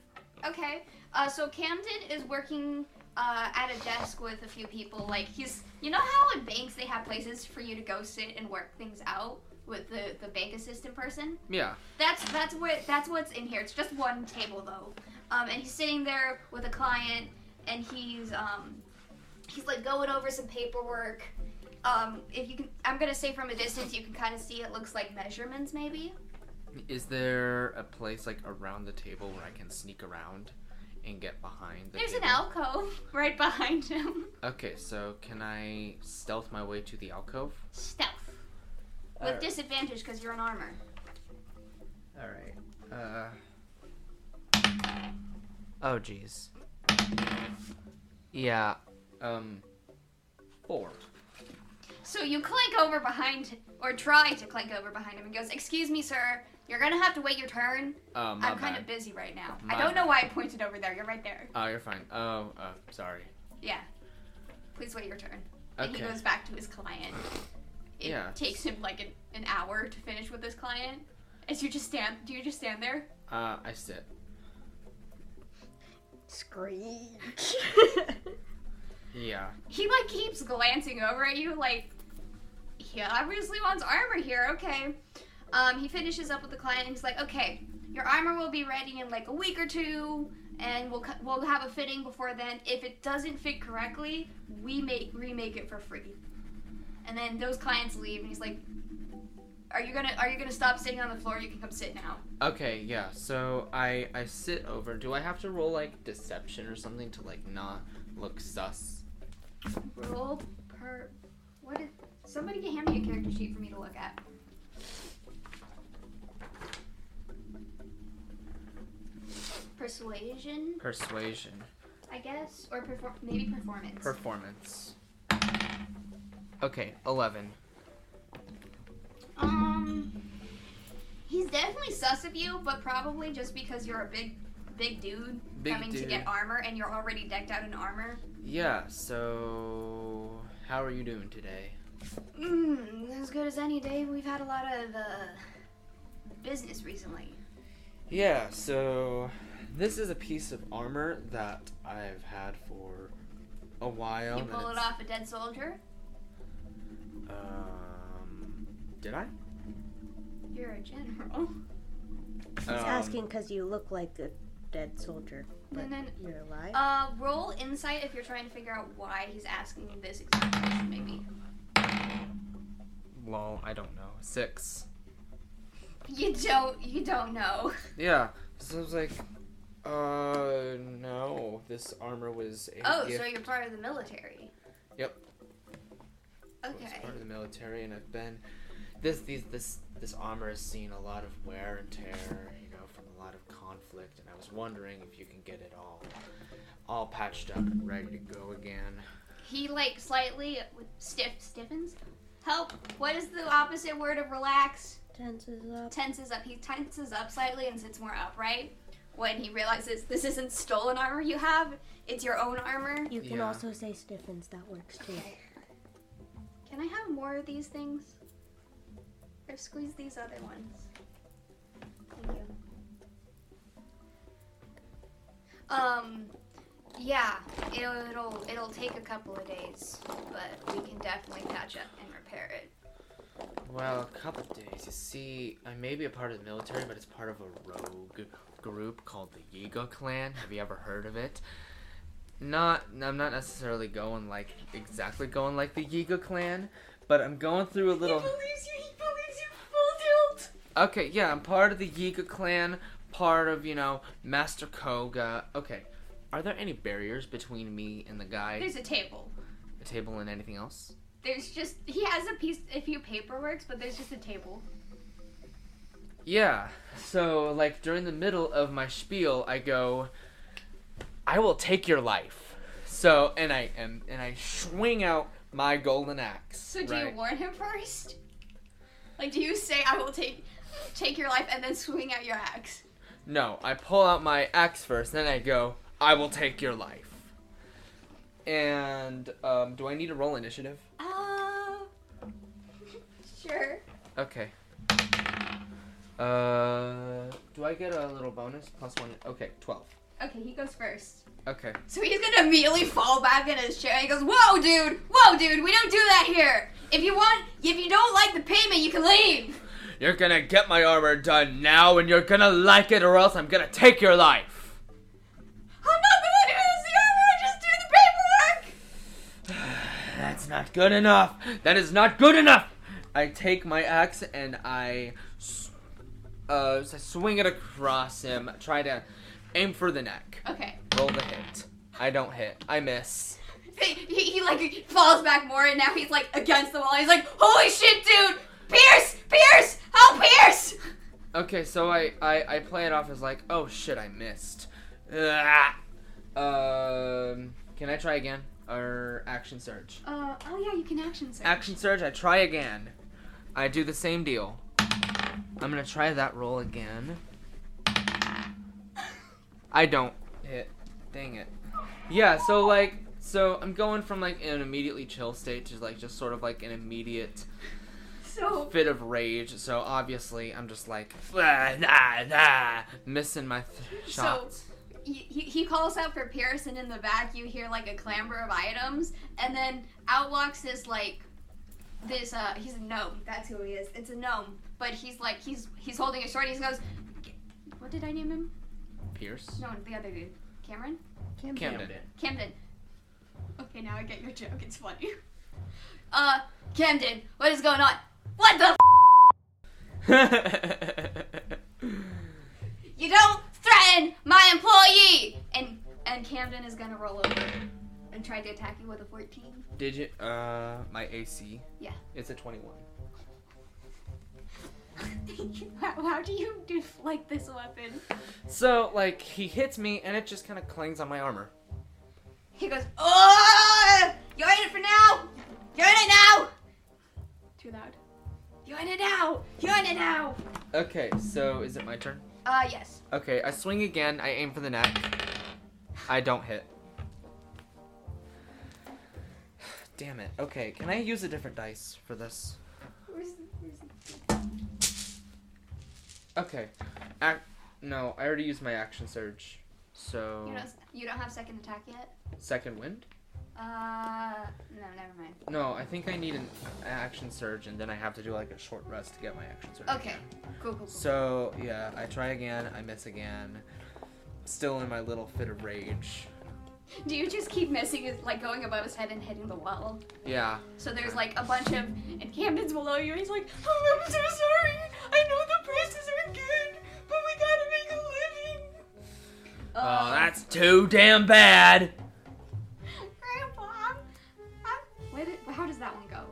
[SPEAKER 1] Okay. Uh, so Camden is working uh, at a desk with a few people. Like he's, you know how in banks they have places for you to go sit and work things out with the, the bank assistant person.
[SPEAKER 2] Yeah.
[SPEAKER 1] That's that's what that's what's in here. It's just one table though, um, and he's sitting there with a client, and he's um, he's like going over some paperwork. Um, if you can, I'm gonna say from a distance you can kind of see it looks like measurements maybe.
[SPEAKER 2] Is there a place like around the table where I can sneak around and get behind? The
[SPEAKER 1] There's an
[SPEAKER 2] table?
[SPEAKER 1] alcove right behind him.
[SPEAKER 2] Okay, so can I stealth my way to the alcove?
[SPEAKER 1] Stealth. With
[SPEAKER 2] Alright.
[SPEAKER 1] disadvantage because you're in armor.
[SPEAKER 2] All right. Uh. Oh, jeez. Yeah. Um. Four.
[SPEAKER 1] So you clank over behind, or try to clank over behind him, and goes, "Excuse me, sir. You're gonna have to wait your turn.
[SPEAKER 2] Um.
[SPEAKER 1] I'm kind of busy right now.
[SPEAKER 2] My
[SPEAKER 1] I don't know why I pointed over there. You're right there.
[SPEAKER 2] Oh, you're fine. Oh, uh, sorry.
[SPEAKER 1] Yeah. Please wait your turn." And
[SPEAKER 2] Okay.
[SPEAKER 1] he goes back to his client. It
[SPEAKER 2] Yeah.
[SPEAKER 1] takes him like an, an hour to finish with his client. As you just stand, do you just stand there?
[SPEAKER 2] Uh, I sit.
[SPEAKER 4] Screech.
[SPEAKER 2] Yeah.
[SPEAKER 1] He like keeps glancing over at you, like he obviously wants armor here. Okay. Um, he finishes up with the client, and he's like, "Okay, your armor will be ready in like a week or two, and we'll cu- we'll have a fitting before then. If it doesn't fit correctly, we make remake it for free." And then those clients leave, and he's like, "Are you gonna Are you gonna stop sitting on the floor? You can come sit now."
[SPEAKER 2] Okay. Yeah. So I I sit over. Do I have to roll like deception or something to like not look sus?
[SPEAKER 1] Roll per. What is? Somebody can hand me a character sheet for me to look at. Persuasion,
[SPEAKER 2] Persuasion.
[SPEAKER 1] I guess, or perfor- maybe performance.
[SPEAKER 2] Performance. Okay. Eleven.
[SPEAKER 1] um, he's definitely sus of you, but probably just because you're a big, big dude
[SPEAKER 2] Big
[SPEAKER 1] coming to
[SPEAKER 2] dude.
[SPEAKER 1] get armor, and you're already decked out in armor.
[SPEAKER 2] Yeah. So how are you doing today?
[SPEAKER 1] Mmm, as good as any day. We've had a lot of uh, business recently.
[SPEAKER 2] Yeah, so this is a piece of armor that I've had for a while.
[SPEAKER 1] You
[SPEAKER 2] and
[SPEAKER 1] pull it
[SPEAKER 2] it's-
[SPEAKER 1] off a dead soldier.
[SPEAKER 2] Um, did I?
[SPEAKER 1] You're a general.
[SPEAKER 2] He's
[SPEAKER 4] He's asking because you look like a dead soldier.
[SPEAKER 1] And then,
[SPEAKER 4] You're alive.
[SPEAKER 1] uh, roll insight if you're trying to figure out why he's asking you this exact question, maybe.
[SPEAKER 2] Lol, I don't know. Six.
[SPEAKER 1] You don't, you don't know.
[SPEAKER 2] Yeah, so I was like, uh, no, this armor was a
[SPEAKER 1] Oh,
[SPEAKER 2] gift.
[SPEAKER 1] so you're part of the military.
[SPEAKER 2] Yep. I was
[SPEAKER 1] Okay.
[SPEAKER 2] part of the military, and I've been this these this this armor has seen a lot of wear and tear, you know, from a lot of conflict, and I was wondering if you can get it all all patched up and ready to go again.
[SPEAKER 1] He like slightly with stiff stiffens. Help! What is the opposite word of relax?
[SPEAKER 4] Tenses up.
[SPEAKER 1] Tenses up. He tenses up slightly and sits more upright when he realizes this isn't stolen armor you have. It's your own armor.
[SPEAKER 4] You can
[SPEAKER 2] Yeah.
[SPEAKER 4] also say stiffens. That works too.
[SPEAKER 1] Can I have more of these things? Or squeeze these other ones? Thank you. Um, yeah, it'll, it'll it'll take a couple of days, but we can definitely patch up and repair it.
[SPEAKER 2] Well, a couple days. You see, I may be a part of the military, but it's part of a rogue group called the Yiga Clan. Have you ever heard of it? Not, I'm not necessarily going like exactly going like the Yiga Clan, but I'm going through a little.
[SPEAKER 1] you. He believes you full tilt.
[SPEAKER 2] Okay, yeah, I'm part of the Yiga clan, part of, you know, Master Koga. Okay, are there any barriers between me and the guy,
[SPEAKER 1] There's a table.
[SPEAKER 2] the table, and anything else?
[SPEAKER 1] There's just he has a piece, a few paperworks, but there's just a table.
[SPEAKER 2] Yeah, so, like, during the middle of my spiel, I go, I will take your life. So, and I am, and I swing out my golden axe.
[SPEAKER 1] So do
[SPEAKER 2] right?
[SPEAKER 1] you warn him first? Like, do you say I will take take your life and then swing out your axe?
[SPEAKER 2] No, I pull out my axe first, then I go, I will take your life. And, um, do I need to roll initiative?
[SPEAKER 1] Uh, sure.
[SPEAKER 2] Okay. Uh, do I get a little bonus plus one? Okay, twelve.
[SPEAKER 1] Okay, he goes first.
[SPEAKER 2] Okay.
[SPEAKER 1] So he's gonna immediately fall back in his chair. He goes, "Whoa, dude! Whoa, dude! We don't do that here. If you want, if you don't like the payment, you can leave."
[SPEAKER 2] You're gonna get my armor done now, and you're gonna like it, or else I'm gonna take your life.
[SPEAKER 1] I'm not gonna do this. The armor, just do the paperwork.
[SPEAKER 2] That's not good enough. That is not good enough. I take my axe and I, s- uh, s- swing it across him. Try to aim for the neck.
[SPEAKER 1] Okay.
[SPEAKER 2] Roll the hit. I don't hit. I miss.
[SPEAKER 1] He, he, he like falls back more, and now he's like against the wall. He's like, "Holy shit, dude! Pierce, Pierce, help, Pierce!"
[SPEAKER 2] Okay, so I, I I play it off as like, oh shit, I missed. Ah. Um, can I try again? Or action surge?
[SPEAKER 1] Uh, oh yeah, you can action search.
[SPEAKER 2] Action surge. I try again. I do the same deal. I'm gonna try that roll again. I don't hit. Dang it. Yeah. So like, so I'm going from like an immediately chill state to like just sort of like an immediate
[SPEAKER 1] so
[SPEAKER 2] fit of rage, so obviously I'm just like "Ah, nah, nah," missing my th-
[SPEAKER 1] So-
[SPEAKER 2] shots.
[SPEAKER 1] he, he- he calls out for Pierce, and in the back you hear like a clamber of items, and then out walks this like this uh he's a gnome. That's who he is. It's a gnome, but he's like he's he's holding a sword. and He goes, "What did I name him?
[SPEAKER 2] Pierce,
[SPEAKER 1] No, the other dude, Cameron,
[SPEAKER 2] Camden.
[SPEAKER 1] Camden." Okay, now I get your joke. It's funny. Uh, Camden, what is going on? What the? F- you don't threaten my employee. And and Camden is gonna roll over and try to attack you with a fourteen.
[SPEAKER 2] Did you? Uh, my AC.
[SPEAKER 1] Yeah.
[SPEAKER 2] It's a 21.
[SPEAKER 1] how, how do you deflect this weapon?
[SPEAKER 2] So like he hits me and it just kind of clings on my armor.
[SPEAKER 1] He goes, Oh! You're in it for now! You're in it now! Too loud. You're in it now! You're in it now!
[SPEAKER 2] Okay, so is it my turn?
[SPEAKER 1] Uh, yes.
[SPEAKER 2] Okay, I swing again. I aim for the neck. I don't hit. Damn it. Okay, can I use a different dice for this?
[SPEAKER 1] Where's the, where's the...
[SPEAKER 2] Okay. Ac- no, I already used my action surge. So
[SPEAKER 1] You, don't, you don't have second attack yet?
[SPEAKER 2] second wind?
[SPEAKER 1] Uh, no, never mind.
[SPEAKER 2] No, I think I need an action surge and then I have to do like a short rest to get my action surge.
[SPEAKER 1] Okay, cool, cool, cool.
[SPEAKER 2] So yeah, I try again, I miss again. Still in my little fit of rage.
[SPEAKER 1] Do you just keep missing his, like, going above his head and hitting the wall?
[SPEAKER 2] Yeah.
[SPEAKER 1] So there's like a bunch of and Camden's below you. and He's like, oh, I'm so sorry. I know the prices are good, but we gotta make a living.
[SPEAKER 2] oh, that's too damn bad.
[SPEAKER 1] Grandpa. I'm, I'm, where did, how does that one go?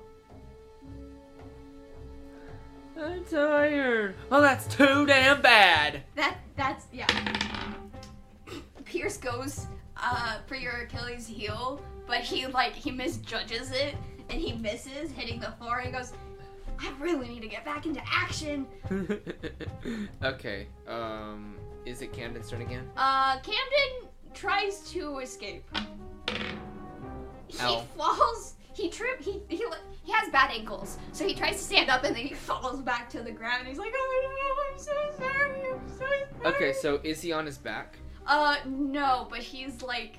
[SPEAKER 2] I'm tired. Oh, that's too damn bad.
[SPEAKER 1] That that's yeah. Pierce goes uh, for your Achilles heel, but he like he misjudges it and he misses hitting the floor and he goes, I really need to get back into action.
[SPEAKER 2] okay. Um, is it Camden's turn again?
[SPEAKER 1] Uh, Camden tries to escape. He
[SPEAKER 2] Ow.
[SPEAKER 1] falls. He trip. He, he he has bad ankles, so he tries to stand up and then he falls back to the ground. He's like, "Oh no, I'm so sorry. I'm so sorry."
[SPEAKER 2] Okay, so is he on his back?
[SPEAKER 1] Uh, no, but he's like,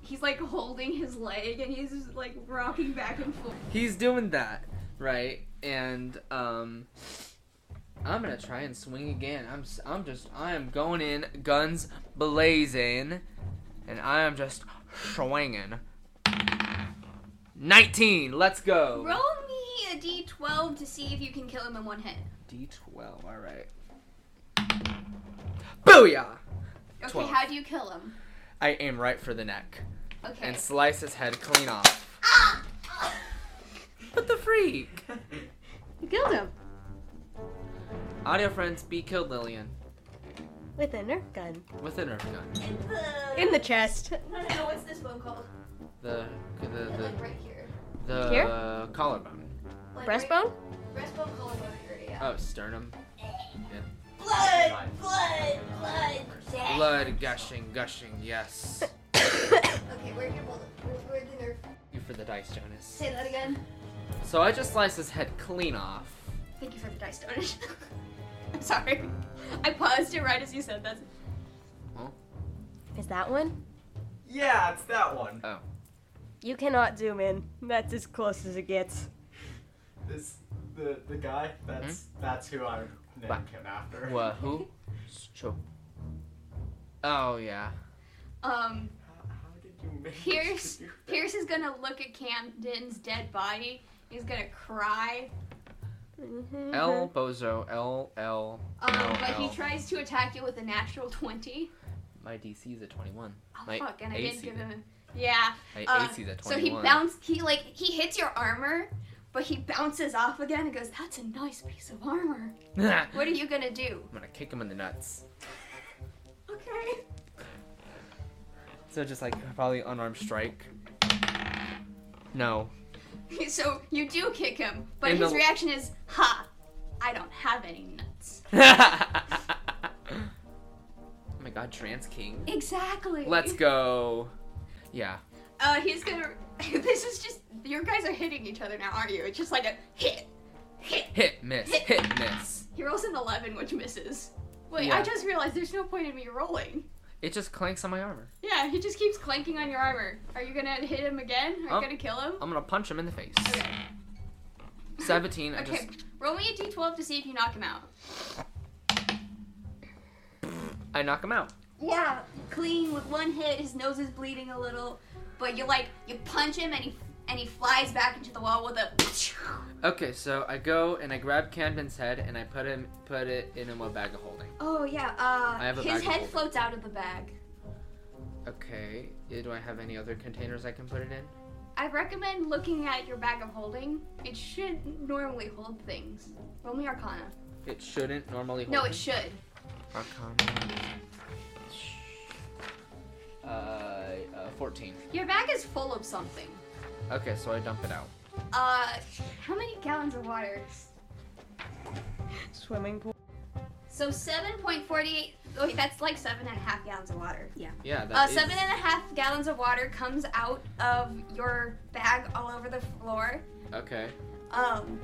[SPEAKER 1] he's like holding his leg and he's just, like rocking back and forth.
[SPEAKER 2] He's doing that, right? And um, I'm gonna try and swing again. I'm s- I'm just I am going in guns blazing, and I am just swinging. Nineteen. Let's go.
[SPEAKER 1] Roll me a d12 to see if you can kill him in one hit.
[SPEAKER 2] D12. All right. Booyah!
[SPEAKER 1] Okay,
[SPEAKER 2] 12.
[SPEAKER 1] how do you kill him?
[SPEAKER 2] I aim right for the neck
[SPEAKER 1] Okay.
[SPEAKER 2] and slice his head clean off.
[SPEAKER 1] Ah!
[SPEAKER 2] What the freak?
[SPEAKER 1] you killed him.
[SPEAKER 2] Audio friends, be killed, Lillian
[SPEAKER 4] With a Nerf gun.
[SPEAKER 2] with a Nerf gun.
[SPEAKER 4] In the chest.
[SPEAKER 1] No, no, no, what's this bone called?
[SPEAKER 2] The the the
[SPEAKER 1] Like right here.
[SPEAKER 2] the,
[SPEAKER 4] Here?
[SPEAKER 2] uh, collarbone.
[SPEAKER 1] Like
[SPEAKER 4] Breastbone?
[SPEAKER 1] Right, breastbone, collarbone area. yeah.
[SPEAKER 2] Oh, sternum.
[SPEAKER 1] Blood, blood, blood, death.
[SPEAKER 2] Blood gushing, gushing. Yes.
[SPEAKER 1] Okay, where'd your bullet? Where, where'd the nerve?
[SPEAKER 2] you for the dice, Jonas.
[SPEAKER 1] Say that again.
[SPEAKER 2] So I just sliced his head clean off.
[SPEAKER 1] Thank you for the dice donation. I'm sorry. I paused it right as you said that.
[SPEAKER 4] Is that one?
[SPEAKER 5] Yeah, it's that one.
[SPEAKER 4] You cannot zoom in. That's as close as it gets.
[SPEAKER 5] This the the guy. That's that's who I named
[SPEAKER 2] But-
[SPEAKER 5] him after.
[SPEAKER 2] Wahoo. Sure. Oh yeah.
[SPEAKER 1] Um,
[SPEAKER 5] How, how did you make
[SPEAKER 1] Pierce-
[SPEAKER 5] to do that?
[SPEAKER 1] Pierce is gonna look at Camden's dead body. He's gonna cry.
[SPEAKER 4] Mm-hmm.
[SPEAKER 1] Mm-hmm.
[SPEAKER 2] L bozo. L L.
[SPEAKER 1] Um,
[SPEAKER 2] No,
[SPEAKER 1] but
[SPEAKER 2] Oh, no.
[SPEAKER 1] he tries to attack you with a natural 20.
[SPEAKER 2] My DC's a 21.
[SPEAKER 1] Oh,
[SPEAKER 2] My
[SPEAKER 1] fuck, and I
[SPEAKER 2] AC.
[SPEAKER 1] didn't give him. a- Yeah.
[SPEAKER 2] My
[SPEAKER 1] Uh,
[SPEAKER 2] AC's a 21.
[SPEAKER 1] So he bounced. He like he hits your armor, but he bounces off again and goes, "That's a nice piece of armor."
[SPEAKER 2] I'm
[SPEAKER 1] What are you gonna do?
[SPEAKER 2] gonna kick him in the nuts.
[SPEAKER 1] Okay.
[SPEAKER 2] So just like probably unarmed strike. No.
[SPEAKER 1] So you do kick him, but
[SPEAKER 2] And
[SPEAKER 1] his
[SPEAKER 2] the-
[SPEAKER 1] reaction is, "Ha! I don't have any nuts."
[SPEAKER 2] oh my god, Trans King.
[SPEAKER 1] Exactly.
[SPEAKER 2] Let's go. Yeah.
[SPEAKER 1] Uh, he's gonna. this is just. Your guys are hitting each other now, aren't you? It's just like a hit, hit.
[SPEAKER 2] Hit, miss, hit, miss.
[SPEAKER 1] He rolls an 11, which misses. Wait,
[SPEAKER 2] Yeah.
[SPEAKER 1] I just realized there's no point in me rolling.
[SPEAKER 2] It just clanks on my armor.
[SPEAKER 1] Yeah, he just keeps clanking on your armor. Are you gonna hit him again? Are you
[SPEAKER 2] Um,
[SPEAKER 1] gonna kill him?
[SPEAKER 2] I'm gonna punch him in the face.
[SPEAKER 1] Okay.
[SPEAKER 2] 17, I
[SPEAKER 1] Okay.
[SPEAKER 2] just.
[SPEAKER 1] Roll me a d12 to see if you knock him out.
[SPEAKER 2] I knock him out.
[SPEAKER 1] Yeah, clean with one hit. His nose is bleeding a little, but you like you punch him and he and he flies back into the wall with a.
[SPEAKER 2] Okay, so I go and I grab Camden's head and I put him put it in a bag of holding.
[SPEAKER 1] Oh yeah. Uh,
[SPEAKER 2] I have a
[SPEAKER 1] his
[SPEAKER 2] bag of
[SPEAKER 1] head
[SPEAKER 2] holding.
[SPEAKER 1] floats out of the bag.
[SPEAKER 2] Okay, eh, do I have any other containers I can put it in?
[SPEAKER 1] I recommend looking at your bag of holding. It should normally hold things. Roll me Arcana.
[SPEAKER 2] It shouldn't normally. Hold
[SPEAKER 1] No,
[SPEAKER 2] him.
[SPEAKER 1] it should.
[SPEAKER 2] Arcana. Uh, uh, 14.
[SPEAKER 1] Your bag is full of something.
[SPEAKER 2] Okay, so I dump it out.
[SPEAKER 1] Uh, how many gallons of water?
[SPEAKER 4] Swimming pool.
[SPEAKER 1] So 7.48. Oh, that's like seven and a half gallons of water. Yeah.
[SPEAKER 2] Yeah,
[SPEAKER 1] Uh,
[SPEAKER 2] that's
[SPEAKER 1] seven and a half gallons of water comes out of your bag all over the floor.
[SPEAKER 2] Okay.
[SPEAKER 1] Um,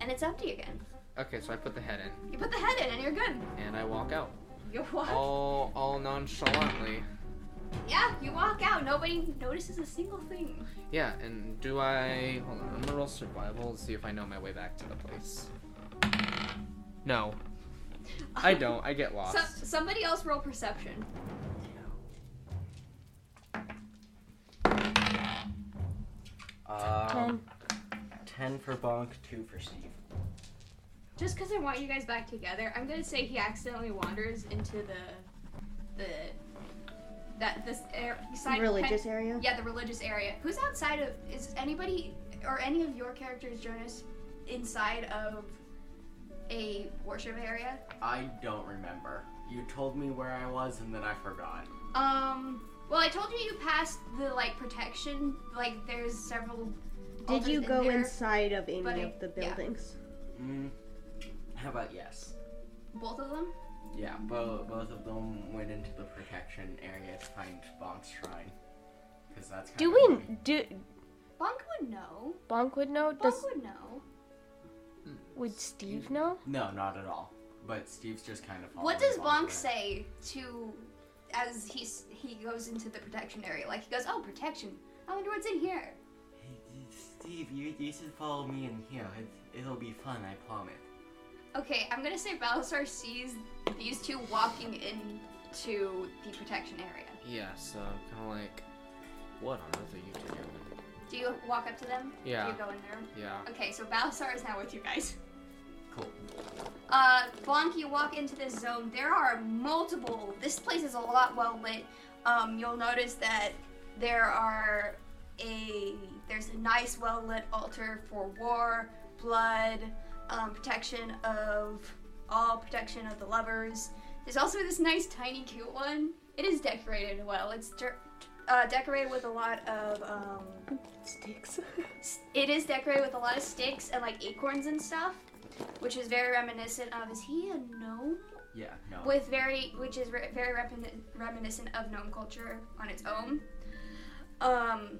[SPEAKER 1] and it's empty again.
[SPEAKER 2] Okay, so I put the head in
[SPEAKER 1] You put the head in and you're good.
[SPEAKER 2] and I walk out.
[SPEAKER 1] You walk.
[SPEAKER 2] All all nonchalantly.
[SPEAKER 1] Yeah, you walk out. Nobody notices a single thing.
[SPEAKER 2] Yeah, and do I hold on, I'm gonna roll survival and see if I know my way back to the place. No. I don't, I get lost.
[SPEAKER 1] So, somebody else roll perception.
[SPEAKER 3] Um, ten for Bonk, two for Steve.
[SPEAKER 1] Just because I want you guys back together, I'm gonna say he accidentally wanders into the the that this air, side
[SPEAKER 4] Religious area?
[SPEAKER 1] yeah the religious area. Who's outside of? Is anybody or any of your characters, Jonas, inside of a worship area?
[SPEAKER 3] I don't remember. You told me where I was and then I forgot.
[SPEAKER 1] Um, Well, I told you you passed the like protection. Like there's several.
[SPEAKER 4] Did
[SPEAKER 1] altars
[SPEAKER 4] you
[SPEAKER 1] in
[SPEAKER 4] go
[SPEAKER 1] there,
[SPEAKER 4] inside of any
[SPEAKER 1] but I-
[SPEAKER 4] of the
[SPEAKER 1] yeah.
[SPEAKER 4] buildings?
[SPEAKER 3] Mm, how about yes?
[SPEAKER 1] Both of them.
[SPEAKER 3] Yeah, both both of them went into the protection area to find Bonk's shrine, because that's.
[SPEAKER 4] Do
[SPEAKER 3] kinda
[SPEAKER 4] we
[SPEAKER 3] where
[SPEAKER 4] do?
[SPEAKER 1] Bonk would know.
[SPEAKER 4] Bonk would know.
[SPEAKER 1] Bonk
[SPEAKER 4] Does
[SPEAKER 1] would know.
[SPEAKER 4] would Steve know?
[SPEAKER 3] No, not at all. But Steve's just kind of.
[SPEAKER 1] What does
[SPEAKER 3] following
[SPEAKER 1] Bonk
[SPEAKER 3] Bonk's around.
[SPEAKER 1] say to as he's he goes into the protection area? Like he goes, "Oh, protection. I wonder what's in here."
[SPEAKER 3] Hey, Steve, you, you should follow me in here. It, it'll be fun, I promise.
[SPEAKER 1] Okay, I'm gonna say Balasar sees these two walking into the protection area.
[SPEAKER 2] Yeah, so I'm kind of like, what on earth are you two doing?
[SPEAKER 1] Do you walk up to them?
[SPEAKER 2] Yeah.
[SPEAKER 1] Do you go in there?
[SPEAKER 2] Yeah.
[SPEAKER 1] Okay, so Balasar is now with you guys.
[SPEAKER 3] Cool.
[SPEAKER 1] Uh, Bonk, you walk into this zone. There are multiple. This place is a lot well lit. Um, you'll notice that there are a there's a nice well lit altar for war, blood, um, protection of all protection of the lovers. There's also this nice tiny cute one. It is decorated well. It's de- uh, decorated with a lot of um,
[SPEAKER 4] Sticks.
[SPEAKER 1] it is decorated with a lot of sticks and like acorns and stuff, which is very reminiscent of. Is he a gnome?
[SPEAKER 3] Yeah. No.
[SPEAKER 1] With very, which is re- very remin- reminiscent of gnome culture on its own. Um,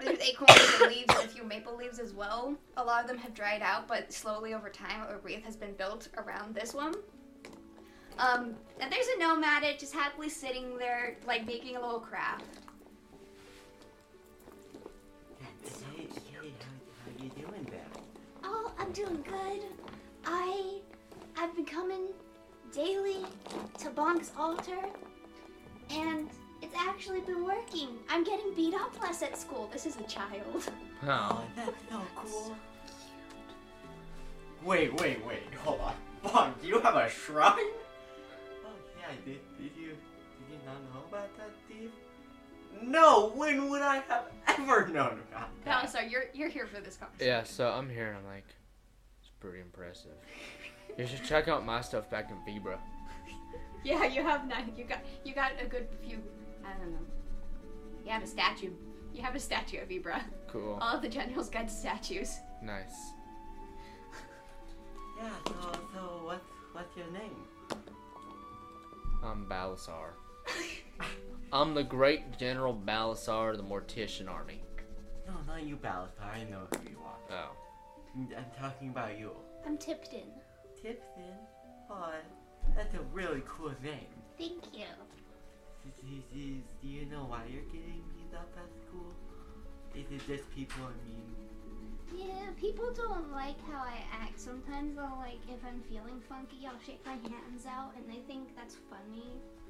[SPEAKER 1] there's acorns and leaves and a few maple leaves as well. A lot of them have dried out, but slowly over time, a wreath has been built around this one. Um, and there's a nomad it just happily sitting there, like making a little craft.
[SPEAKER 3] Yeah, hey, hey, how, how you doing there?
[SPEAKER 1] Oh, I'm doing good. I I've been coming daily to Bonk's altar and it's actually been working. I'm getting beat up less at school. This is a child.
[SPEAKER 2] Oh,
[SPEAKER 3] that's so cool.
[SPEAKER 5] Wait, wait, wait. Hold on. Bonk, you have a shrine?
[SPEAKER 3] Oh yeah, did, did you did you not know about that, Steve?
[SPEAKER 5] No, when would I have ever known about
[SPEAKER 1] No, sorry, you're you're here for this conversation.
[SPEAKER 2] yeah. So I'm here. and I'm like, it's pretty impressive. You should check out my stuff back in Vibra.
[SPEAKER 1] Yeah, you have nine. You got you got a good few I don't know. You have a statue. You have a statue of Ibra.
[SPEAKER 2] Cool.
[SPEAKER 1] All of the generals got statues.
[SPEAKER 2] Nice.
[SPEAKER 3] Yeah, so so what's what's your name?
[SPEAKER 2] I'm Balasar. I'm the great General Balasar of the Mortician Army.
[SPEAKER 3] No, not you, Balthazar. I know who you are.
[SPEAKER 2] Oh.
[SPEAKER 3] I'm I'm talking about you.
[SPEAKER 1] I'm tipped in.
[SPEAKER 3] Tipton. Oh, that's a really cool name.
[SPEAKER 1] Thank you.
[SPEAKER 3] Do, do- do- do you know why you're getting beat up at school? Is it just people are mean?
[SPEAKER 1] Yeah, people don't like how I act. Sometimes I'll like if I'm feeling funky, I'll shake my hands out and they think that's funny.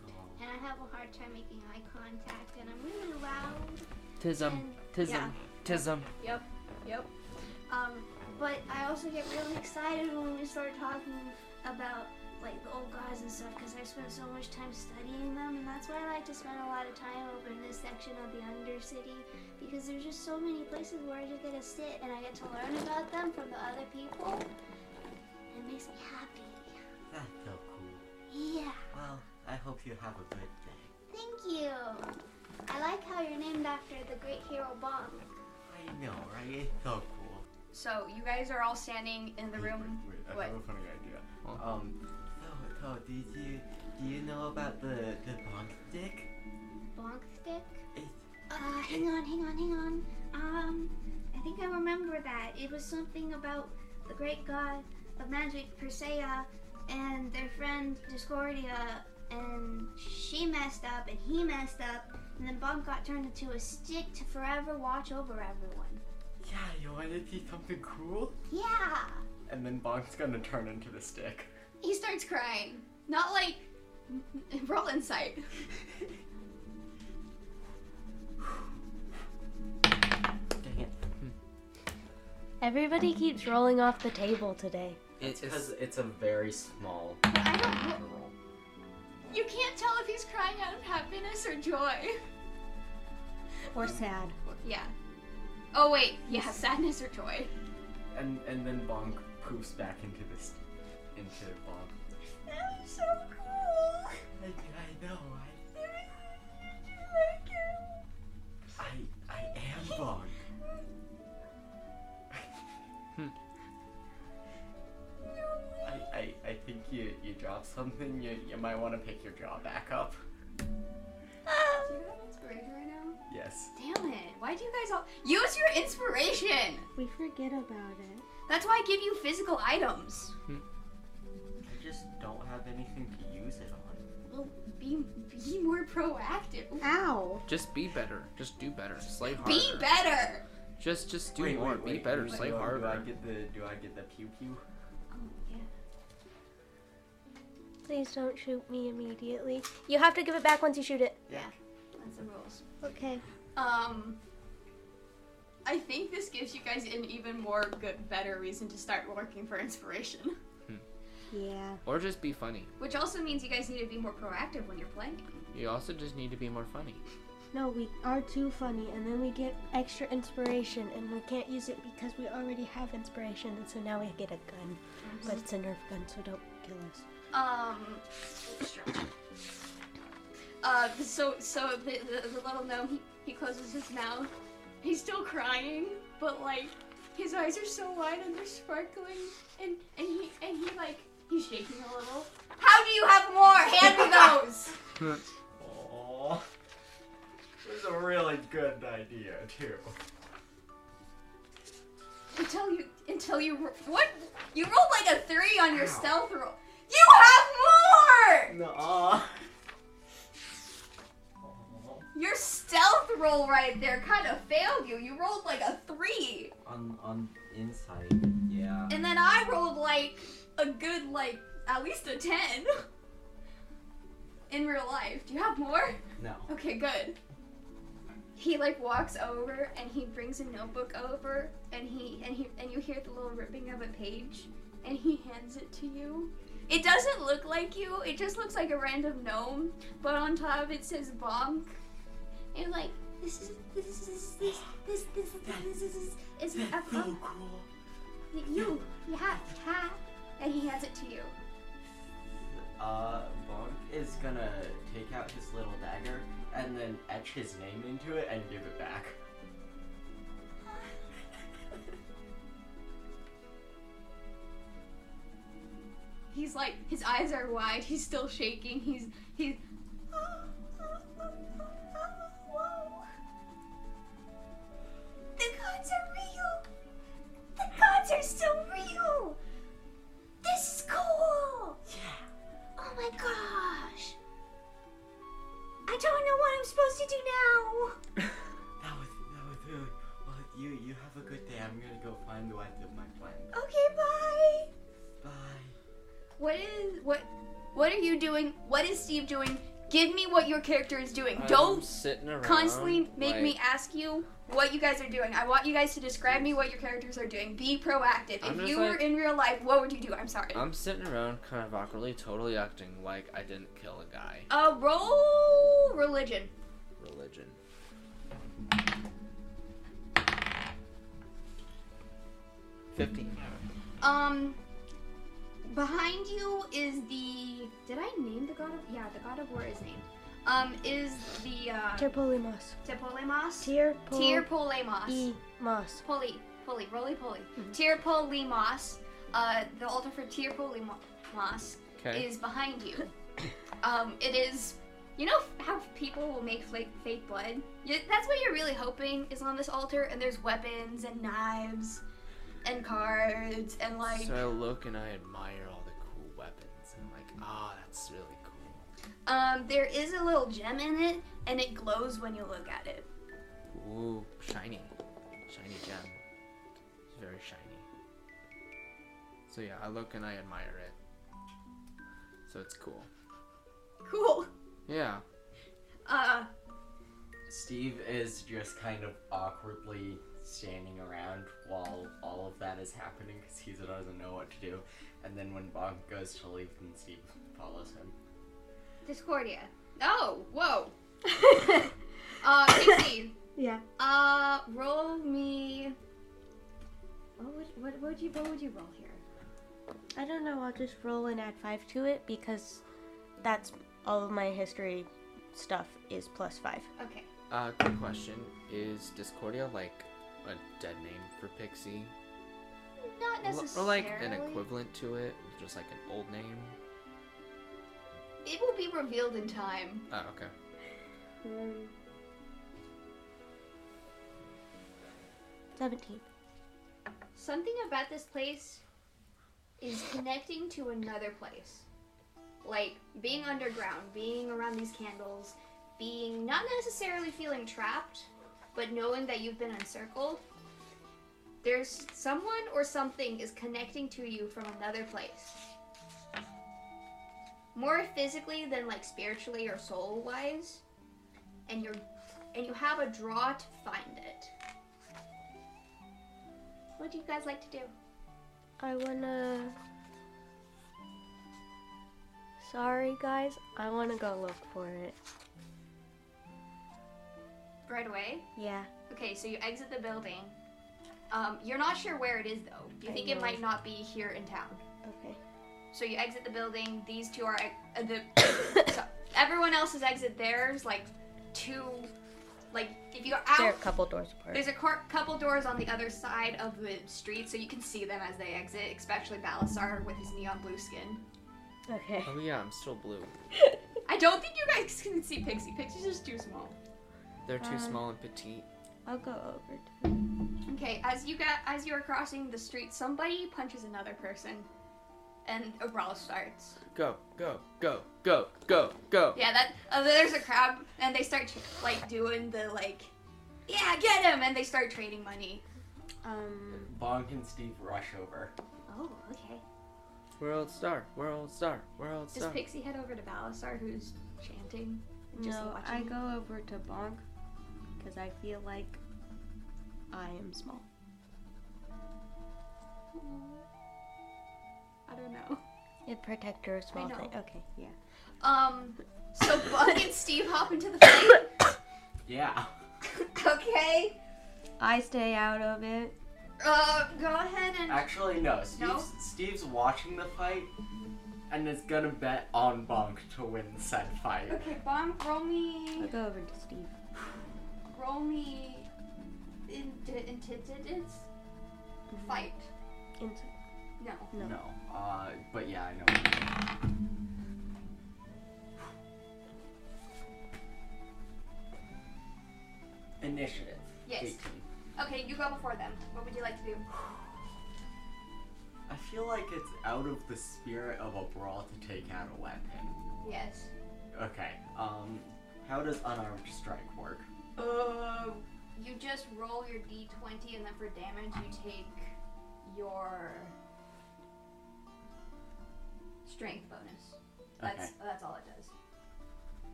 [SPEAKER 3] Oh,
[SPEAKER 1] And I have a hard time making eye contact and I'm really loud.
[SPEAKER 2] Tism.
[SPEAKER 1] and-
[SPEAKER 2] Tism.
[SPEAKER 1] Yeah.
[SPEAKER 2] Tism.
[SPEAKER 1] Yep. Yep. Um, but I also get really excited when we start talking about like the old gods and stuff because I spent so much time studying them, and that's why I like to spend a lot of time over in this section of the Undercity because there's just so many places where I just get to sit and I get to learn about them from the other people. It makes me happy.
[SPEAKER 3] that's so cool.
[SPEAKER 1] Yeah.
[SPEAKER 3] Well, I hope you have a good day.
[SPEAKER 1] Thank you. I like how you're named after the great hero Bomb.
[SPEAKER 3] I know, right? It's so cool.
[SPEAKER 1] So you guys are all standing in the room.
[SPEAKER 3] Wait, I
[SPEAKER 1] What?
[SPEAKER 3] have a funny idea. Um, so, so did you do you know about the the bonk stick?
[SPEAKER 1] Bonk stick.
[SPEAKER 3] It's
[SPEAKER 1] Uh, hang on, hang on, hang on. Um, I think I remember that. It was something about the great god of magic, Persea, and their friend Discordia, and she messed up, and he messed up, and then Bonk got turned into a stick to forever watch over everyone.
[SPEAKER 5] Yeah, you want to see something cool?
[SPEAKER 1] Yeah!
[SPEAKER 5] And then Bonk's gonna turn into the stick.
[SPEAKER 1] He starts crying. Not like. Roll insight.
[SPEAKER 3] dang it.
[SPEAKER 4] Everybody keeps rolling off the table today.
[SPEAKER 3] It's because it's a very small.
[SPEAKER 1] I don't. You can't tell if he's crying out of happiness or joy.
[SPEAKER 4] Or sad.
[SPEAKER 1] Yeah. Oh wait, yeah, sadness or joy.
[SPEAKER 5] And and then Bonk poofs back into this into Bonk.
[SPEAKER 1] That was so cool.
[SPEAKER 5] I, I know, I
[SPEAKER 1] I
[SPEAKER 5] I, I, I think you, you dropped something. You, you might want to pick your jaw back up.
[SPEAKER 1] Do you have inspiration right now?
[SPEAKER 5] Yes.
[SPEAKER 1] Damn it. Why do you guys all use your inspiration?
[SPEAKER 4] We forget about it.
[SPEAKER 1] That's why I give you physical items.
[SPEAKER 3] I just don't have anything to use it on.
[SPEAKER 1] Well, be be more proactive.
[SPEAKER 4] Ow.
[SPEAKER 2] Just be better. Just do better. Slay harder.
[SPEAKER 1] Be better.
[SPEAKER 2] Just just do more. be better.
[SPEAKER 5] do
[SPEAKER 2] Slay
[SPEAKER 5] I- Do I
[SPEAKER 2] harder.
[SPEAKER 5] get the do I get the pew pew?
[SPEAKER 1] Oh yeah.
[SPEAKER 4] Please don't shoot me immediately. You have to give it back once you shoot it.
[SPEAKER 1] That's the rules.
[SPEAKER 4] Okay.
[SPEAKER 1] Um, I think this gives you guys an even more good, better reason to start working for inspiration.
[SPEAKER 4] Yeah.
[SPEAKER 2] Or just be funny.
[SPEAKER 1] Which also means you guys need to be more proactive when you're playing.
[SPEAKER 2] You also just need to be more funny.
[SPEAKER 4] No, we are too funny, and then we get extra inspiration, and we can't use it because we already have inspiration, and so now we get a gun. But it's a Nerf gun, so don't kill us.
[SPEAKER 1] Um, sure. Uh, so so the, the, the little gnome he, he closes his mouth. He's still crying, but like his eyes are so wide and they're sparkling, and and he and he like he's shaking a little. How do you have more? Hand me those.
[SPEAKER 5] Aww. This is a really good idea too.
[SPEAKER 1] Until you, until you, ro- what? You rolled like a three on your
[SPEAKER 5] Ow.
[SPEAKER 1] stealth roll. You have more.
[SPEAKER 5] Nuh-uh.
[SPEAKER 1] Your stealth roll right there kind of failed you. You rolled like a three,
[SPEAKER 3] On on inside, yeah.
[SPEAKER 1] and then I rolled like a good like at least a ten. In real life, do you have more?
[SPEAKER 3] No.
[SPEAKER 1] Okay, good. He like walks over and he brings a notebook over and he and he and you hear the little ripping of a page and he hands it to you. It doesn't look like you. It just looks like a random gnome, but on top of it says bonk. And like this is this is this this this this this is is an F-
[SPEAKER 5] So cool.
[SPEAKER 1] you yeah yeah. And he hands it to you.
[SPEAKER 3] Uh, Bonk is gonna take out his little dagger and then etch his name into it and give it back.
[SPEAKER 1] He's like his eyes are wide. He's still shaking. He's he's. The gods are real. The gods are still real. This is cool. Yeah. Oh my gosh. I don't know what I'm supposed to do now.
[SPEAKER 3] That was that was really well. You you have a good day. I'm gonna go find the wife of my friend.
[SPEAKER 1] Okay, bye.
[SPEAKER 3] Bye.
[SPEAKER 1] What is what? What are you doing? What is Steve doing? Give me what your character is doing. Don't
[SPEAKER 2] sitting around
[SPEAKER 1] constantly make
[SPEAKER 2] like-
[SPEAKER 1] me ask you what you guys are doing. I want you guys to describe me what your characters are doing. Be proactive.
[SPEAKER 2] I'm
[SPEAKER 1] if
[SPEAKER 2] just
[SPEAKER 1] you were
[SPEAKER 2] like- Uh,
[SPEAKER 1] in real life, what would you do? I'm sorry.
[SPEAKER 2] I'm sitting around kind of awkwardly, totally acting like I didn't kill a guy.
[SPEAKER 1] uh, roll religion.
[SPEAKER 2] Religion. Fifteen.
[SPEAKER 1] Um, behind you is the. Did I name the god of? Yeah, the god of war is named. Um, is the uh,
[SPEAKER 4] Terpolimos.
[SPEAKER 1] Tepolemos?
[SPEAKER 4] Tirpol.
[SPEAKER 1] Tirpolemos.
[SPEAKER 4] E. Moss.
[SPEAKER 1] Poly, Poly, Roly Poly. Tirpolimos, uh, the altar for Tirpolimos
[SPEAKER 2] Okay.
[SPEAKER 1] is behind you. um, it is, you know how people will make fake, fake blood? You, that's what you're really hoping is on this altar, and there's weapons and knives and cards and like.
[SPEAKER 2] So I look and I admire all the cool weapons. and I'm like, ah, that's really cool.
[SPEAKER 1] Um, there is a little gem in it, and it glows when you look at it.
[SPEAKER 2] Ooh, shiny, shiny gem. It's very shiny. So yeah, I look and I admire it. So it's cool.
[SPEAKER 1] Cool.
[SPEAKER 2] Yeah.
[SPEAKER 1] Uh,
[SPEAKER 3] Steve is just kind of awkwardly standing around while all of that is happening because he doesn't know what to do. And then when Bonk goes to leave, then Steve follows him.
[SPEAKER 1] Discordia. Oh, whoa. uh, 16.
[SPEAKER 4] Yeah.
[SPEAKER 1] Uh, roll me. What would what, what would you what would you roll here?
[SPEAKER 4] I don't know. I'll just roll and add five to it because that's all of my history stuff is plus five.
[SPEAKER 1] Okay.
[SPEAKER 2] Uh, quick question: Is Discordia like a dead name for Pixie?
[SPEAKER 8] Not
[SPEAKER 2] Or
[SPEAKER 8] necessarily.
[SPEAKER 2] like an equivalent to it, just like an old name.
[SPEAKER 8] It will be revealed in time.
[SPEAKER 2] Oh, okay.
[SPEAKER 4] Seventeen.
[SPEAKER 8] Something about this place is connecting to another place. Like being underground, being around these candles, being not necessarily feeling trapped, but knowing that you've been encircled. There's someone or something is connecting to you from another place. More physically than like spiritually or soul wise. And you're and you have a draw to find it. What do you guys like to do?
[SPEAKER 4] I wanna. Sorry, guys. I wanna go look for it.
[SPEAKER 8] Right away?
[SPEAKER 4] Yeah.
[SPEAKER 8] Okay, so you exit the building. Um, you're not sure where it is though. You
[SPEAKER 4] I
[SPEAKER 8] think it
[SPEAKER 4] know.
[SPEAKER 8] might not be here in town.
[SPEAKER 4] Okay.
[SPEAKER 8] So you exit the building. These two are ex- uh, the. so everyone else's exit theirs like two, like if you go
[SPEAKER 4] They're a
[SPEAKER 8] out,
[SPEAKER 4] couple doors apart.
[SPEAKER 8] there's a cor- couple doors on the other side of the street, so you can see them as they exit. Especially Balasar with his neon blue skin.
[SPEAKER 4] Okay.
[SPEAKER 2] Oh yeah, I'm still blue.
[SPEAKER 8] I don't think you guys can see Pixie. Pixie's just too small.
[SPEAKER 2] They're too
[SPEAKER 4] Um,
[SPEAKER 2] small and petite.
[SPEAKER 4] I'll go over to.
[SPEAKER 8] Okay, as you got as you are crossing the street, somebody punches another person, and a brawl starts.
[SPEAKER 2] Go, go, go, go, go, go.
[SPEAKER 8] Yeah, that uh, there's a crab, and they start tr- like doing the like, yeah, get him, and they start trading money.
[SPEAKER 4] Um.
[SPEAKER 3] Bonk and Steve rush over.
[SPEAKER 8] Oh, okay.
[SPEAKER 2] World star, world star, world
[SPEAKER 8] Does
[SPEAKER 2] star.
[SPEAKER 8] Pixie head over to Balasar, who's chanting? and Just
[SPEAKER 4] No, I
[SPEAKER 8] watching?
[SPEAKER 4] go over to Bonk because I feel like I am small.
[SPEAKER 8] I don't know.
[SPEAKER 4] A protector, a small
[SPEAKER 8] know.
[SPEAKER 4] thing. Okay. Yeah.
[SPEAKER 8] Um, so Buck and Steve hop into the fight.
[SPEAKER 3] Yeah.
[SPEAKER 8] okay.
[SPEAKER 4] I stay out of it.
[SPEAKER 8] Uh, go ahead and
[SPEAKER 3] Actually, no. Steve's, Steve's watching the fight and is gonna bet on Bonk to win said fight.
[SPEAKER 8] okay, bomb. Roll me.
[SPEAKER 4] I'll go over to Steve.
[SPEAKER 8] Roll me in intelligence. Fight.
[SPEAKER 4] Inside.
[SPEAKER 8] No.
[SPEAKER 3] No. Uh, but yeah, I know. Initiative.
[SPEAKER 8] Yes.
[SPEAKER 3] 18.
[SPEAKER 8] Okay, you go before them. What would you like to do?
[SPEAKER 3] I feel like it's out of the spirit of a brawl to take out a weapon.
[SPEAKER 8] Yes.
[SPEAKER 3] Okay. Um, how does unarmed strike work?
[SPEAKER 8] Uh, you just roll your d20, and then for damage, you take your strength bonus. That's
[SPEAKER 3] Okay.
[SPEAKER 8] that's all it does.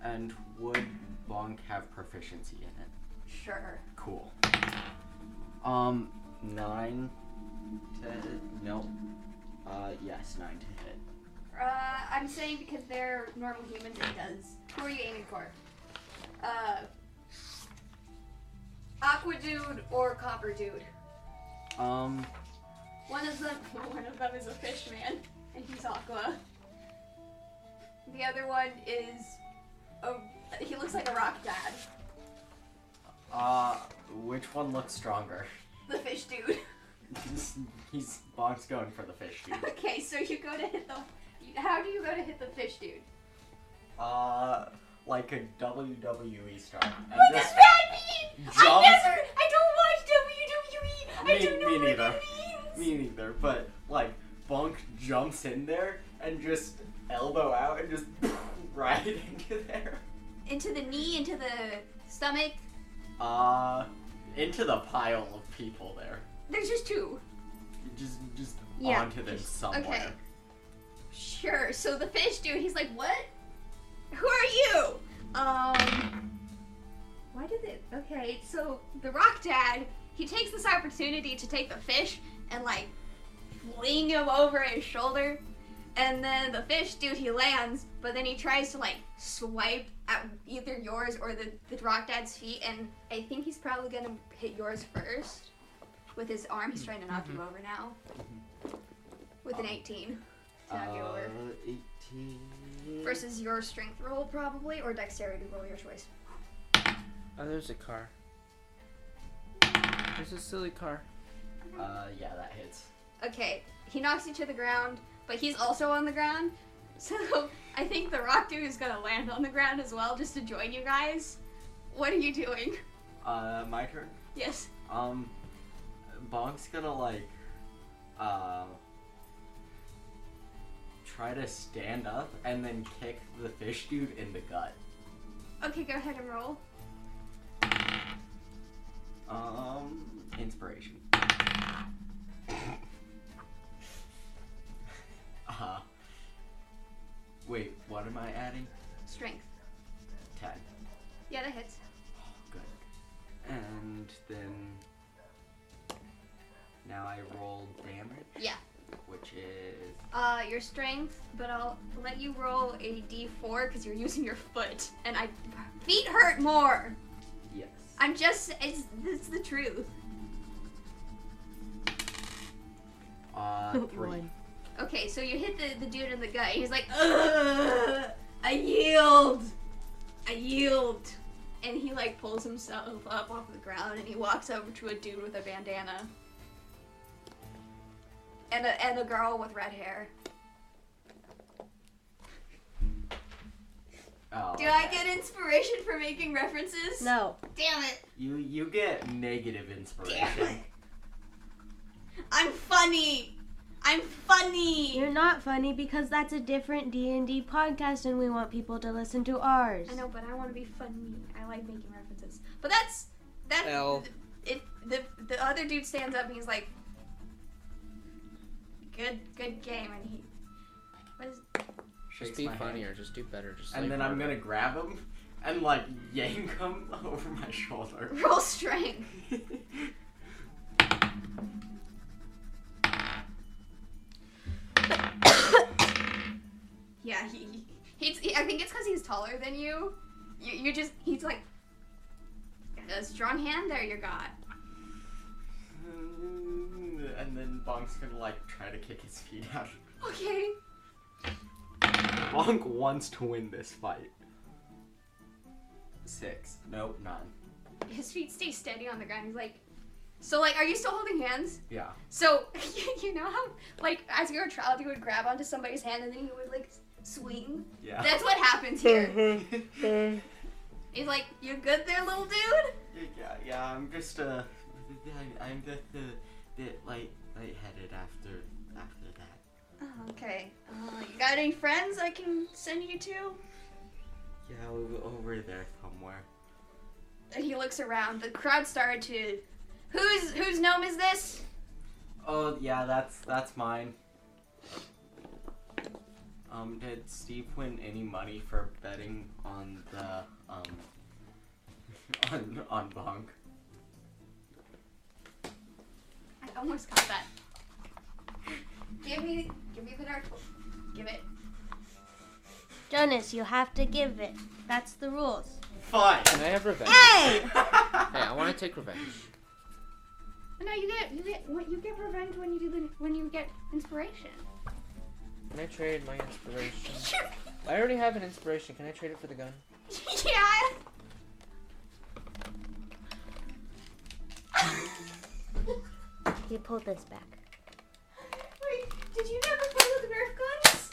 [SPEAKER 3] And would Bonk have proficiency in it?
[SPEAKER 8] Sure.
[SPEAKER 3] Cool. Um, nine to hit? Nope. Uh, yes, nine to hit.
[SPEAKER 8] Uh, I'm saying because they're normal humans, it does. Who are you aiming for? Uh, Aqua Dude or Copper Dude?
[SPEAKER 3] Um,
[SPEAKER 8] One of them, one of them is a fish man, and he's Aqua. The other one is a. He looks like a rock dad.
[SPEAKER 3] uh, which one looks stronger?
[SPEAKER 8] The fish dude.
[SPEAKER 3] He's- He's Bonk's going for the fish, dude.
[SPEAKER 8] okay, so you go to hit the. you- How do you go to hit the fish dude?
[SPEAKER 3] Uh, like a WWE star. And
[SPEAKER 8] What does
[SPEAKER 3] this-
[SPEAKER 8] that mean? I
[SPEAKER 3] Jump.
[SPEAKER 8] never. I don't watch WWE. I
[SPEAKER 3] Me-
[SPEAKER 8] don't know
[SPEAKER 3] me
[SPEAKER 8] what
[SPEAKER 3] neither.
[SPEAKER 8] that means.
[SPEAKER 3] me neither, but like Bonk jumps in there and just elbow out and just right into there.
[SPEAKER 8] Into the knee, into the stomach.
[SPEAKER 3] Uh, into the pile of people there.
[SPEAKER 8] There's just two.
[SPEAKER 3] Just, just
[SPEAKER 4] Yeah,
[SPEAKER 3] onto them somewhere.
[SPEAKER 8] okay. Sure. So the fish dude, he's like, "What? Who are you?" Um. Why did it? Okay. So the rock dad, he takes this opportunity to take the fish and like fling him over his shoulder, and then the fish dude he lands, but then he tries to like swipe at either yours or the the rock dad's feet, and I think he's probably gonna hit yours first. With his arm, he's trying to knock you over now. With an 18 to knock you over.
[SPEAKER 3] Uh, 18.
[SPEAKER 8] Versus your strength roll, probably, or dexterity roll, your choice.
[SPEAKER 2] Oh, there's a car. There's a silly car.
[SPEAKER 3] Uh, yeah, that hits.
[SPEAKER 8] Okay, he knocks you to the ground, but he's also on the ground. So I think the rock dude is gonna land on the ground as well, just to join you guys. What are you doing?
[SPEAKER 3] Uh, my turn.
[SPEAKER 8] Yes.
[SPEAKER 3] Um, Bonk's gonna like, uh, try to stand up and then kick the fish dude in the gut.
[SPEAKER 8] Okay, go ahead and roll.
[SPEAKER 3] Um, inspiration. uh, wait, what am I adding?
[SPEAKER 8] Strength.
[SPEAKER 3] Ten.
[SPEAKER 8] Yeah, that hits.
[SPEAKER 3] Good. And then now I roll damage.
[SPEAKER 8] Yeah.
[SPEAKER 3] Which is
[SPEAKER 8] Uh, your strength, but I'll let you roll a d4 because you're using your foot, and I feet hurt more.
[SPEAKER 3] yes.
[SPEAKER 8] I'm just it's it's the truth.
[SPEAKER 3] Uh, three.
[SPEAKER 8] Okay, so you hit the, the dude in the gut, and he's like, Ugh, I yield! I yield! And he like pulls himself up off the ground and he walks over to a dude with a bandana. And a, and a girl with red hair.
[SPEAKER 3] Oh,
[SPEAKER 8] Do
[SPEAKER 3] okay.
[SPEAKER 8] I get inspiration for making references?
[SPEAKER 4] No.
[SPEAKER 8] Damn it!
[SPEAKER 3] You you get negative inspiration.
[SPEAKER 8] Damn it! I'm funny! I'm funny!
[SPEAKER 4] You're not funny because that's a different D&D podcast and we want people to listen to ours.
[SPEAKER 8] I know, but I want to be funny. I like making references. But that's that.
[SPEAKER 2] L.
[SPEAKER 8] It the the other dude stands up and he's like, "Good, good game." And he, what is?
[SPEAKER 3] Shakes
[SPEAKER 2] Just be
[SPEAKER 3] my hand.
[SPEAKER 2] funnier. Just do better. Just
[SPEAKER 3] And
[SPEAKER 2] like,
[SPEAKER 3] then I'm
[SPEAKER 2] harder.
[SPEAKER 3] gonna grab him and like yank him over my shoulder.
[SPEAKER 8] Roll strength. Yeah, he, he he's. He, I think it's because he's taller than you. you. You just he's like a strong hand there you got.
[SPEAKER 3] and then Bonk's gonna like try to kick his feet out.
[SPEAKER 8] Okay.
[SPEAKER 3] Bonk wants to win this fight. Six. Nope, none.
[SPEAKER 8] His feet stay steady on the ground. He's like, so like, are you still holding hands?
[SPEAKER 3] Yeah.
[SPEAKER 8] So you know how, like, as you were a child, you would grab onto somebody's hand and then you would like s- swing.
[SPEAKER 3] Yeah.
[SPEAKER 8] That's what happens here.
[SPEAKER 3] yeah,
[SPEAKER 8] He's like, "You good there, little dude?"
[SPEAKER 3] yeah, I'm just uh, I'm just a bit light lightheaded after after that.
[SPEAKER 8] Oh, okay. Uh, you got any friends I can send you to?
[SPEAKER 3] Yeah, over, over there somewhere.
[SPEAKER 8] And he looks around. The crowd started to. Whose whose gnome is this?
[SPEAKER 3] Oh yeah, that's that's mine. Um, did Steve win any money for betting on the um on on Bonk?
[SPEAKER 8] I almost got that. Give me give me the dark. Give it.
[SPEAKER 4] Jonas, you have to give it. That's the rules.
[SPEAKER 3] Fine.
[SPEAKER 2] Can I have revenge?
[SPEAKER 4] Hey!
[SPEAKER 2] Hey, I want to take revenge.
[SPEAKER 8] No, you get you get you get revenge when you do the when you get inspiration.
[SPEAKER 2] Can I trade my inspiration? I already have an inspiration. Can I trade it for the gun?
[SPEAKER 8] yeah.
[SPEAKER 4] You pull this back.
[SPEAKER 8] Wait, did you never play with Nerf guns?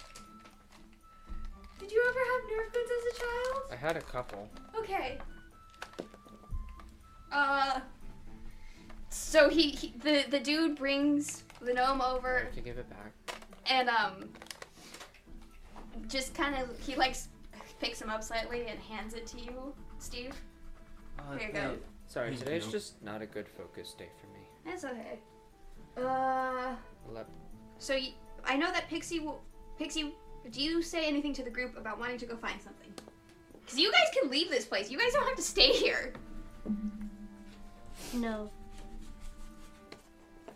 [SPEAKER 8] Did you ever have Nerf guns as a child?
[SPEAKER 2] I had a couple.
[SPEAKER 8] Okay. Uh. So he, he the the dude brings the gnome
[SPEAKER 2] I
[SPEAKER 8] over
[SPEAKER 2] have to give it back.
[SPEAKER 8] and um. Just kind of he likes picks him up slightly and hands it to you, Steve.
[SPEAKER 3] Oh,
[SPEAKER 8] There you go.
[SPEAKER 3] thank-
[SPEAKER 2] Sorry,
[SPEAKER 3] Thank
[SPEAKER 2] today's
[SPEAKER 3] you.
[SPEAKER 2] just not a good focus day for me.
[SPEAKER 8] That's okay. Uh.
[SPEAKER 2] Lep-
[SPEAKER 8] So y I I know that Pixie. W- Pixie, do you say anything to the group about wanting to go find something? Because you guys can leave this place. You guys don't have to stay here.
[SPEAKER 4] No.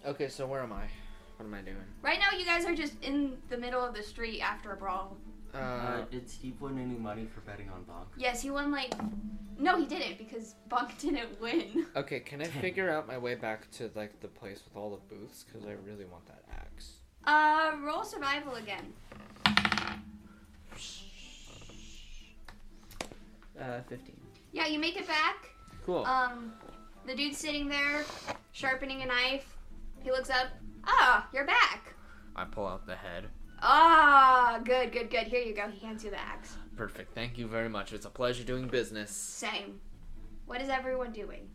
[SPEAKER 2] Okay, so where am I? What am I doing?
[SPEAKER 8] Right now, you guys are just in the middle of the street after a brawl.
[SPEAKER 3] Uh,
[SPEAKER 2] Uh,
[SPEAKER 3] did Steve win any money for betting on Bonk?
[SPEAKER 8] Yes, he won like. No, he didn't because Bonk didn't win.
[SPEAKER 2] okay, can I figure out my way back to like the place with all the booths? Cause I really want that axe.
[SPEAKER 8] Uh, roll survival again.
[SPEAKER 2] Uh, fifteen.
[SPEAKER 8] Yeah, you make it back.
[SPEAKER 2] Cool.
[SPEAKER 8] Um, the dude's sitting there sharpening a knife. He looks up. Ah, you're back.
[SPEAKER 2] I pull out the head.
[SPEAKER 8] Ah, good, good, good. Here you go. He hands you the axe.
[SPEAKER 2] Perfect. Thank you very much. It's a pleasure doing business.
[SPEAKER 8] Same. What is everyone doing?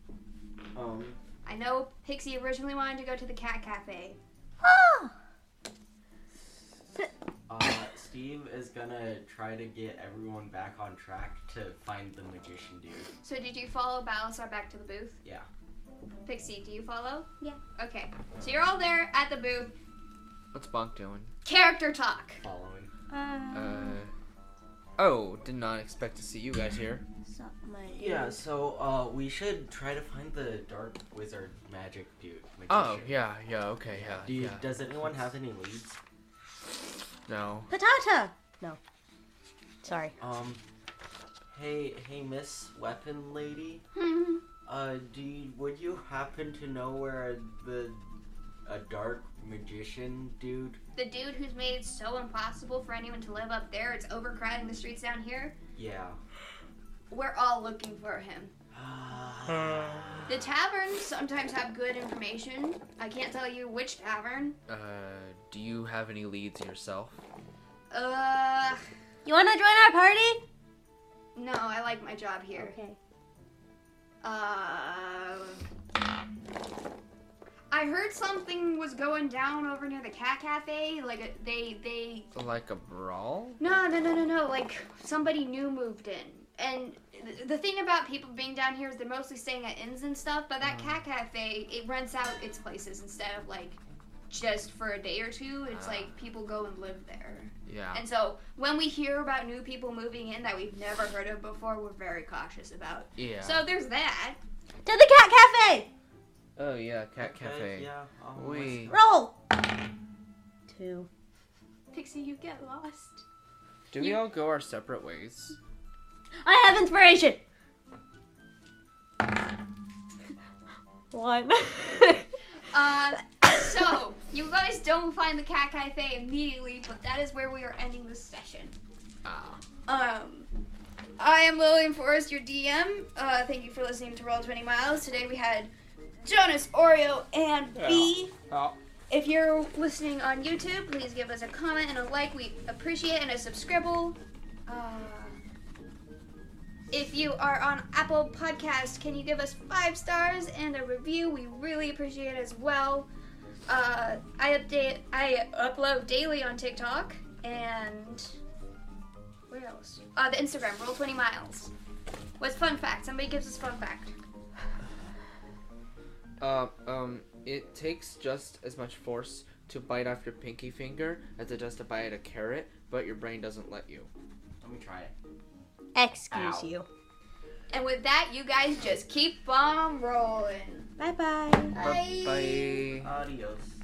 [SPEAKER 3] Um,
[SPEAKER 8] I know Pixie originally wanted to go to the cat cafe.
[SPEAKER 4] Ah!
[SPEAKER 3] uh, Steve is gonna try to get everyone back on track to find the magician dude.
[SPEAKER 8] So did you follow Balasar back to the booth?
[SPEAKER 3] Yeah.
[SPEAKER 8] Pixie, do you follow? Yeah. Okay. So you're all there at the booth.
[SPEAKER 2] What's Bonk doing?
[SPEAKER 8] Character talk.
[SPEAKER 3] Following.
[SPEAKER 2] Uh. Oh, did not expect to see you guys here.
[SPEAKER 4] Suck my
[SPEAKER 3] Yeah, so, uh, we should try to find the dark wizard magic dude. Magician.
[SPEAKER 2] Oh, yeah, yeah, okay, yeah.
[SPEAKER 3] Do you,
[SPEAKER 2] yeah.
[SPEAKER 3] Does anyone have any leads?
[SPEAKER 2] No.
[SPEAKER 4] Patata! No. Sorry.
[SPEAKER 3] Um, hey, hey, Miss Weapon Lady. Uh, do you, would you happen to know where the a dark magician dude?
[SPEAKER 8] The dude who's made it so impossible for anyone to live up there, it's overcrowding the streets down here.
[SPEAKER 3] Yeah.
[SPEAKER 8] We're all looking for him.
[SPEAKER 3] Ah.
[SPEAKER 8] The taverns sometimes have good information. I can't tell you which tavern.
[SPEAKER 2] Uh, do you have any leads yourself?
[SPEAKER 8] Uh,
[SPEAKER 4] You wanna join our party?
[SPEAKER 8] no, I like my job here.
[SPEAKER 4] Okay.
[SPEAKER 8] Uh, I heard something was going down over near the cat cafe. Like uh, they they
[SPEAKER 2] Like a brawl?
[SPEAKER 8] no no no no no. Like somebody new moved in. And th- the thing about people being down here is they're mostly staying at inns and stuff. But that cat cafe it rents out its places instead of like just for a day or two. It's
[SPEAKER 2] Ah.
[SPEAKER 8] like people go and live there.
[SPEAKER 2] Yeah.
[SPEAKER 8] And so when we hear about new people moving in that we've never heard of before, we're very cautious about.
[SPEAKER 2] Yeah.
[SPEAKER 8] So there's that.
[SPEAKER 4] To the cat cafe!
[SPEAKER 2] oh, yeah, Cat
[SPEAKER 3] Okay,
[SPEAKER 2] Cafe.
[SPEAKER 3] Yeah. Um,
[SPEAKER 2] We
[SPEAKER 4] Roll! Two.
[SPEAKER 8] Pixie, you get lost.
[SPEAKER 2] do we all go our separate ways?
[SPEAKER 4] I have inspiration. One.
[SPEAKER 8] Uh, so you guys don't find the cat cafe immediately, but that is where we are ending this session.
[SPEAKER 2] Ah.
[SPEAKER 8] Um, I am Lillian Forrest, your DM. Uh, thank you for listening to Roll Twenty Miles. Today we had Jonas, Oreo, and B.
[SPEAKER 2] Oh.
[SPEAKER 8] If you're listening on YouTube, please give us a comment and a like. We appreciate and a subscribe. Uh, If you are on Apple Podcast, can you give us five stars and a review? We really appreciate it as well. Uh, I update, I upload daily on TikTok and where else? Uh, the Instagram, Roll Twenty Miles. What's fun fact? Somebody gives us fun fact.
[SPEAKER 2] Uh, um, it takes just as much force to bite off your pinky finger as it does to bite a carrot, but your brain doesn't let you.
[SPEAKER 3] Let me try it.
[SPEAKER 4] Excuse
[SPEAKER 3] Ow.
[SPEAKER 4] you.
[SPEAKER 8] And with that, you guys just keep on rolling.
[SPEAKER 4] Bye bye.
[SPEAKER 2] Bye.
[SPEAKER 3] Adios.